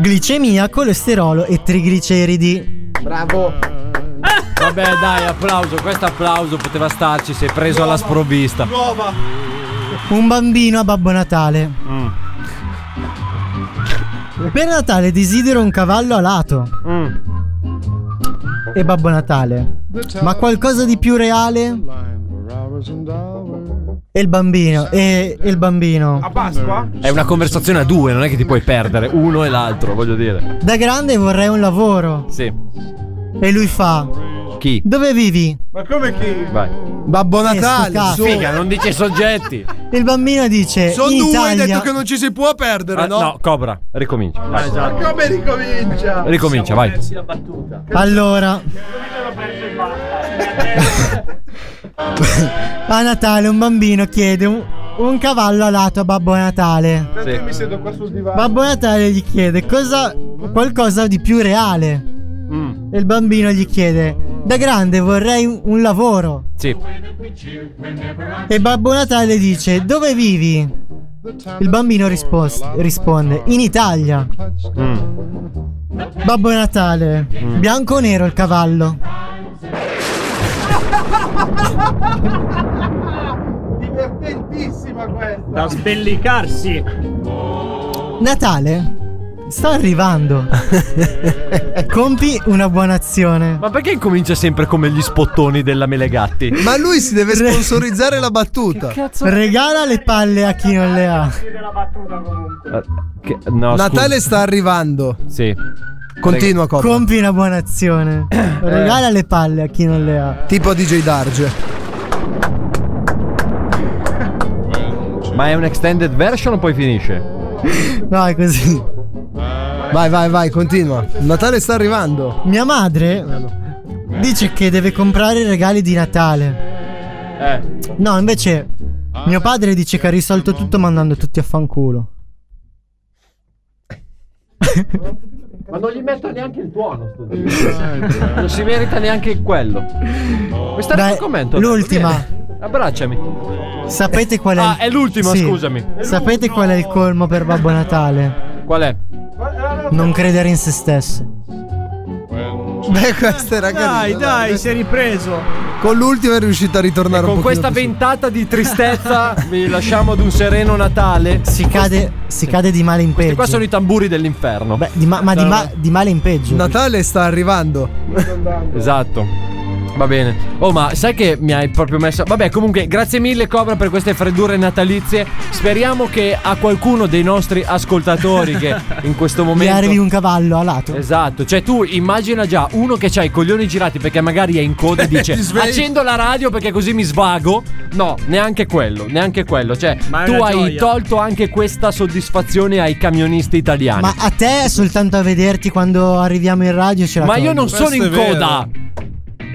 Glicemia, colesterolo e trigliceridi.
Bravo.
Vabbè, dai, applauso. Questo applauso poteva starci. Sei preso alla sprovvista.
Nuova.
Un bambino a Babbo Natale.
Mm.
Per Natale desidero un cavallo alato. E Babbo Natale. Ma qualcosa di più reale? E il bambino. E, e il bambino.
A Pasqua?
È una conversazione a due, non è che ti puoi perdere uno e l'altro, voglio dire.
Da grande vorrei un lavoro.
Sì.
E lui fa.
Chi?
Dove vivi?
Ma come chi?
Vai.
Babbo
Natale,
Natale.
cazzo.
Figa, non dice soggetti.
E il bambino dice.
Sono
in
due, hai
Italia.
detto che non ci si può perdere,
Ah,
no?
no, Cobra, ricomincia. Vai.
Ma come ricomincia?
Ricomincia, vai.
Allora. a Natale un bambino chiede un, un cavallo alato a Babbo Natale.
Tanto io mi siedo qua sul divano.
Babbo Natale gli chiede cosa, qualcosa di più reale.
Mm.
E il bambino gli chiede: Da grande vorrei un, un lavoro.
Sì.
E Babbo Natale dice: Dove vivi? Il bambino rispos- risponde: In Italia. Babbo Natale, bianco o nero il cavallo?
Divertentissima questa.
Da sbellicarsi.
Natale, sto arrivando. Compi una buona azione.
Ma perché comincia sempre come gli spottoni della Melegatti?
Ma lui si deve
Re-
sponsorizzare la battuta.
Regala le palle a chi non le ha.
Eh, che- no,
Natale
scusa.
sta arrivando.
Sì.
Continua, Cobra.
Compi una buona azione. Regala le palle a chi non le ha.
Tipo DJ Darge.
Ma è un extended version o poi finisce?
No, è così.
Vai, vai, vai, continua. Natale sta arrivando.
Mia madre dice che deve comprare i regali di Natale.
Eh.
No, invece mio padre dice che ha risolto tutto mandando tutti a fanculo.
Ma non gli metto neanche il tuono. non si merita neanche quello. Questo era
Dai,
il commento.
l'ultima.
Vieni, Abbracciami.
Sapete qual è
Ah, è l'ultima, scusami. È
Sapete qual è il colmo per Babbo Natale?
Qual è?
Non credere in se stesso.
Beh, questa era
Dai,
carina.
dai, si è ripreso.
Con l'ultima è riuscito a ritornare un
Con
po'.
questa ventata di tristezza vi lasciamo ad un sereno Natale.
Si cade, si cade di male in
E qua sono
peggio.
i tamburi dell'inferno.
Beh, di ma, ma di, ma- di male in peggio.
Natale sta arrivando.
Esatto. Va bene. Oh, ma sai che mi hai proprio messo. Vabbè, comunque, grazie mille, Cobra, per queste freddure natalizie. Speriamo che a qualcuno dei nostri ascoltatori che in questo
Gli
momento.
arrivi un cavallo alato.
Esatto, cioè tu immagina già uno che ha i coglioni girati perché magari è in coda e dice
Ti svegli.
accendo la radio perché così mi svago. No, neanche quello, neanche quello. Cioè,
Ma è
tu
una
hai
gioia.
tolto anche questa soddisfazione ai camionisti italiani.
Ma
Ma,
a te soltanto a vederti quando arriviamo in radio ce la
io
togli.
non sono
Questo
in
è vero.
coda.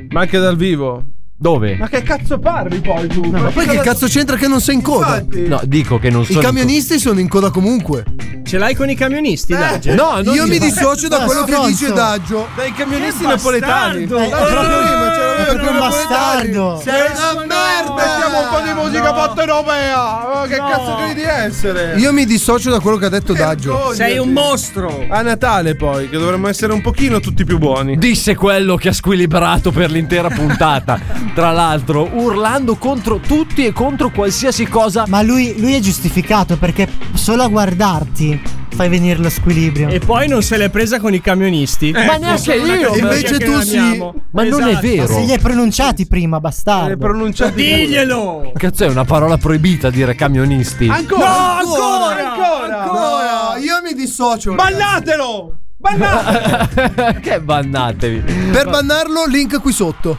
Ma anche dal vivo.
Dove?
Ma che cazzo parli poi tu?
ma poi che cazzo c'entra che non sei in coda?
No, dico che non
I
sono.
camionisti sono in coda comunque.
Ce l'hai con i camionisti, Daggio?
No,
non
io
io.
mi dissocio da
Ma
quello che
stronzo.
dice Daggio.
Dai camionisti
Che
napoletani.
bastardo. Eh, È proprio-
c'era
è proprio un eh, bastardo.
Sei una merda! Mettiamo un po' di musica fatta europea! Oh, che cazzo credi di essere?
Io mi dissocio da quello che ha detto Daggio.
Vergognati. Sei un
mostro!
A Natale poi, che dovremmo essere un pochino tutti più buoni.
Disse quello che ha squilibrato per l'intera puntata. Tra l'altro, urlando contro tutti e contro qualsiasi cosa.
Ma lui, lui è giustificato perché solo a guardarti fai venire lo squilibrio.
E poi non se l'è presa con i camionisti.
Ma
neanche
Ma se li hai pronunciati prima, bastardo.
pronunciati
Diglielo!
Cazzo, è una parola proibita dire camionisti.
Ancora!
No,
ancora! Ancora!
No, io mi dissocio.
Ballatelo!
che bannatevi.
Per bannarlo, link qui sotto.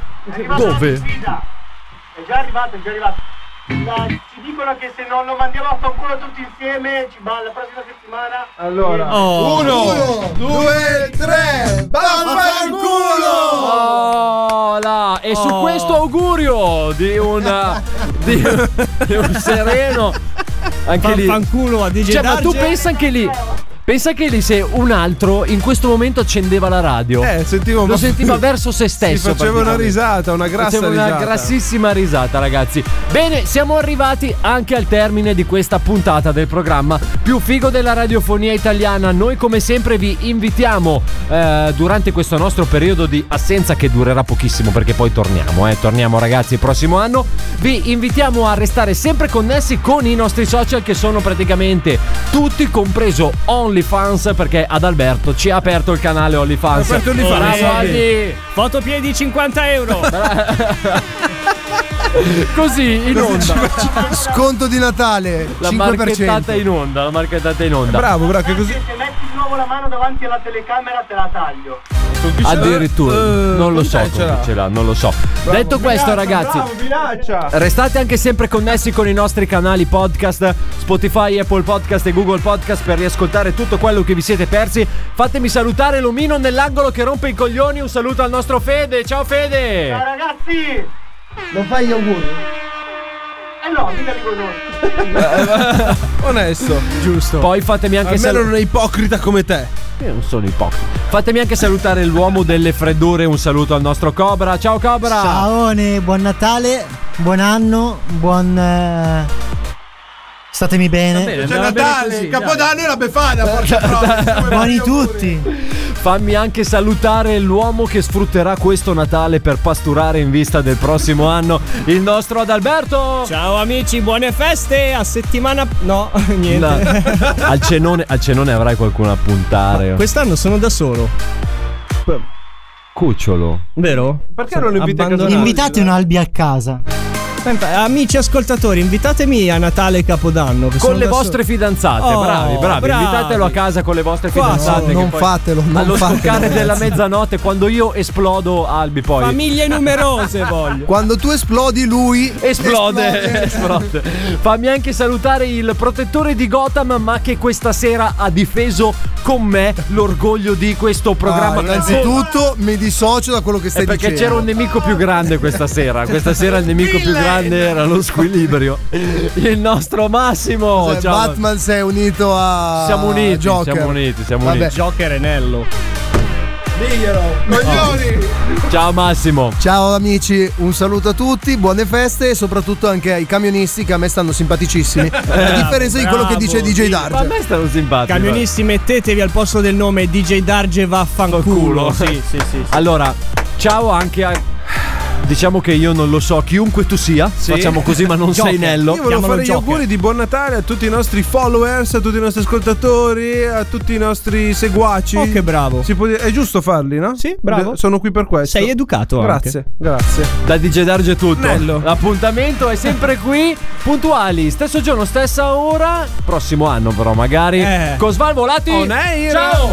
Dove?
È già arrivato, è già arrivato. Ma ci dicono che se non lo mandiamo a fanculo tutti insieme, ci va la prossima settimana.
Allora,
Oh.
uno,
Uno,
due, tre, vaffanculo!
Oh, là. E su
Oh.
questo augurio di un, di, di un sereno. Anche lì.
Fanculo a DJ
Cioè, ma tu
Darge.
pensa anche lì. Pensa che lì se un altro in questo momento accendeva la radio.
Eh, sentivo
Lo
ma-
sentiva verso se
Si
stesso.
faceva una
praticamente.
risata, una grassa
Faceva una
risata.
grassissima risata, ragazzi. Bene, siamo arrivati anche al termine di questa puntata del programma più figo della radiofonia italiana. Noi, come sempre, vi invitiamo eh, durante questo nostro periodo di assenza che durerà pochissimo perché poi torniamo, eh, torniamo, ragazzi, il prossimo anno. Vi invitiamo a restare sempre connessi con i nostri social che sono praticamente tutti, compreso OnlyFans, perché ad Alberto ci ha aperto il canale OnlyFans.
Aperto OnlyFans.
Bravo, Aldi.
Fotopiedi 50 euro.
Così in onda.
Sconto di Natale.
La
5%.
marchettata in onda, la marchettata in onda.
Bravo, bravo, che così.
Se metti di nuovo la mano davanti alla telecamera te la taglio.
Addirittura, non lo so
dai, ce
come ce l'ha, non lo so. Detto questo, ragazzi,
Bravo, minaccia!
Restate anche sempre connessi con i nostri canali podcast, Spotify, Apple Podcast e Google Podcast per riascoltare tutto quello che vi siete persi. Fatemi salutare l'omino nell'angolo che rompe i coglioni. Un saluto al nostro Fede. Ciao Fede!
Ciao ragazzi!
Non fai gli auguri.
Eh no, mica li conosco.
Onesto, giusto.
Poi fatemi anche
Almeno
salutare.
non è ipocrita come te.
Io non sono ipocrita. Fatemi anche salutare l'uomo delle freddure. Un saluto al nostro Cobra. Ciao Cobra!
Ciaone, buon Natale, buon anno, buon. eh, Statemi bene.
bene,
C'è
Andava bene
Natale,
così,
Capodanno e la Befana, porca troia!
Buoni tutti.
Fammi anche salutare l'uomo che sfrutterà questo Natale per pasturare in vista del prossimo anno, il nostro Adalberto.
Ciao amici, buone feste. A settimana. No,
No.
niente.
Al, cenone, al cenone avrai qualcuno a puntare.
Quest'anno sono da solo.
Cucciolo.
Vero?
Perché non lo inviti a
Abbandonato.
casa?
Invitate un albi a casa.
Senta, Amici ascoltatori, invitatemi a Natale e Capodanno. che sono
Con le
da
vostre
solo.
fidanzate,
Oh,
bravi, bravi, Invitatelo a casa con le vostre
Qua
fidanzate.
sono.
che
Non
poi-
fatelo, non
Allo
fatelo,
scoccare
ragazzi.
della mezzanotte, quando io esplodo, Albi poi.
Famiglie numerose voglio.
Quando tu esplodi, lui
Esplode, esplode. Fammi anche salutare il protettore di Gotham, ma che questa sera ha difeso con me l'orgoglio di questo programma.
Ah, innanzitutto mi dissocio da quello che
È
stai
perché
dicendo.
c'era un nemico più grande questa sera. Questa sera il nemico più grande era lo squilibrio. Il nostro Massimo.
Cioè,
Ciao.
Batman si è unito a
Siamo uniti,
Joker.
siamo uniti, siamo
Vabbè.
uniti.
Joker e Nello.
Diglielo, coglioni!
Ciao Massimo.
Ciao amici, un saluto a tutti, buone feste e soprattutto anche ai camionisti che a me stanno simpaticissimi. A differenza di quello che dice DJ
Ma a
Darge.
me stanno simpatici.
Camionisti, mettetevi al posto del nome DJ Darge vaffanculo.
Culo.
Sì, sì, sì.
Allora, ciao anche a. Diciamo che io non lo so, chiunque tu sia, facciamo così, ma non sei Nello.
Io volevo
Chiamalo
fare gli
Joker.
auguri di buon Natale a tutti i nostri followers, a tutti i nostri ascoltatori, a tutti i nostri seguaci.
Oh, che bravo.
Si può dire- è giusto farli, no? Sì,
bravo.
Sono qui per questo.
Sei educato anche.
Grazie, grazie.
Da DJ Darge è tutto.
Nello.
L'appuntamento è sempre qui, puntuali, stesso giorno, stessa ora, prossimo anno però magari.
Eh.
Con Svalvolati.
On air.
Ciao!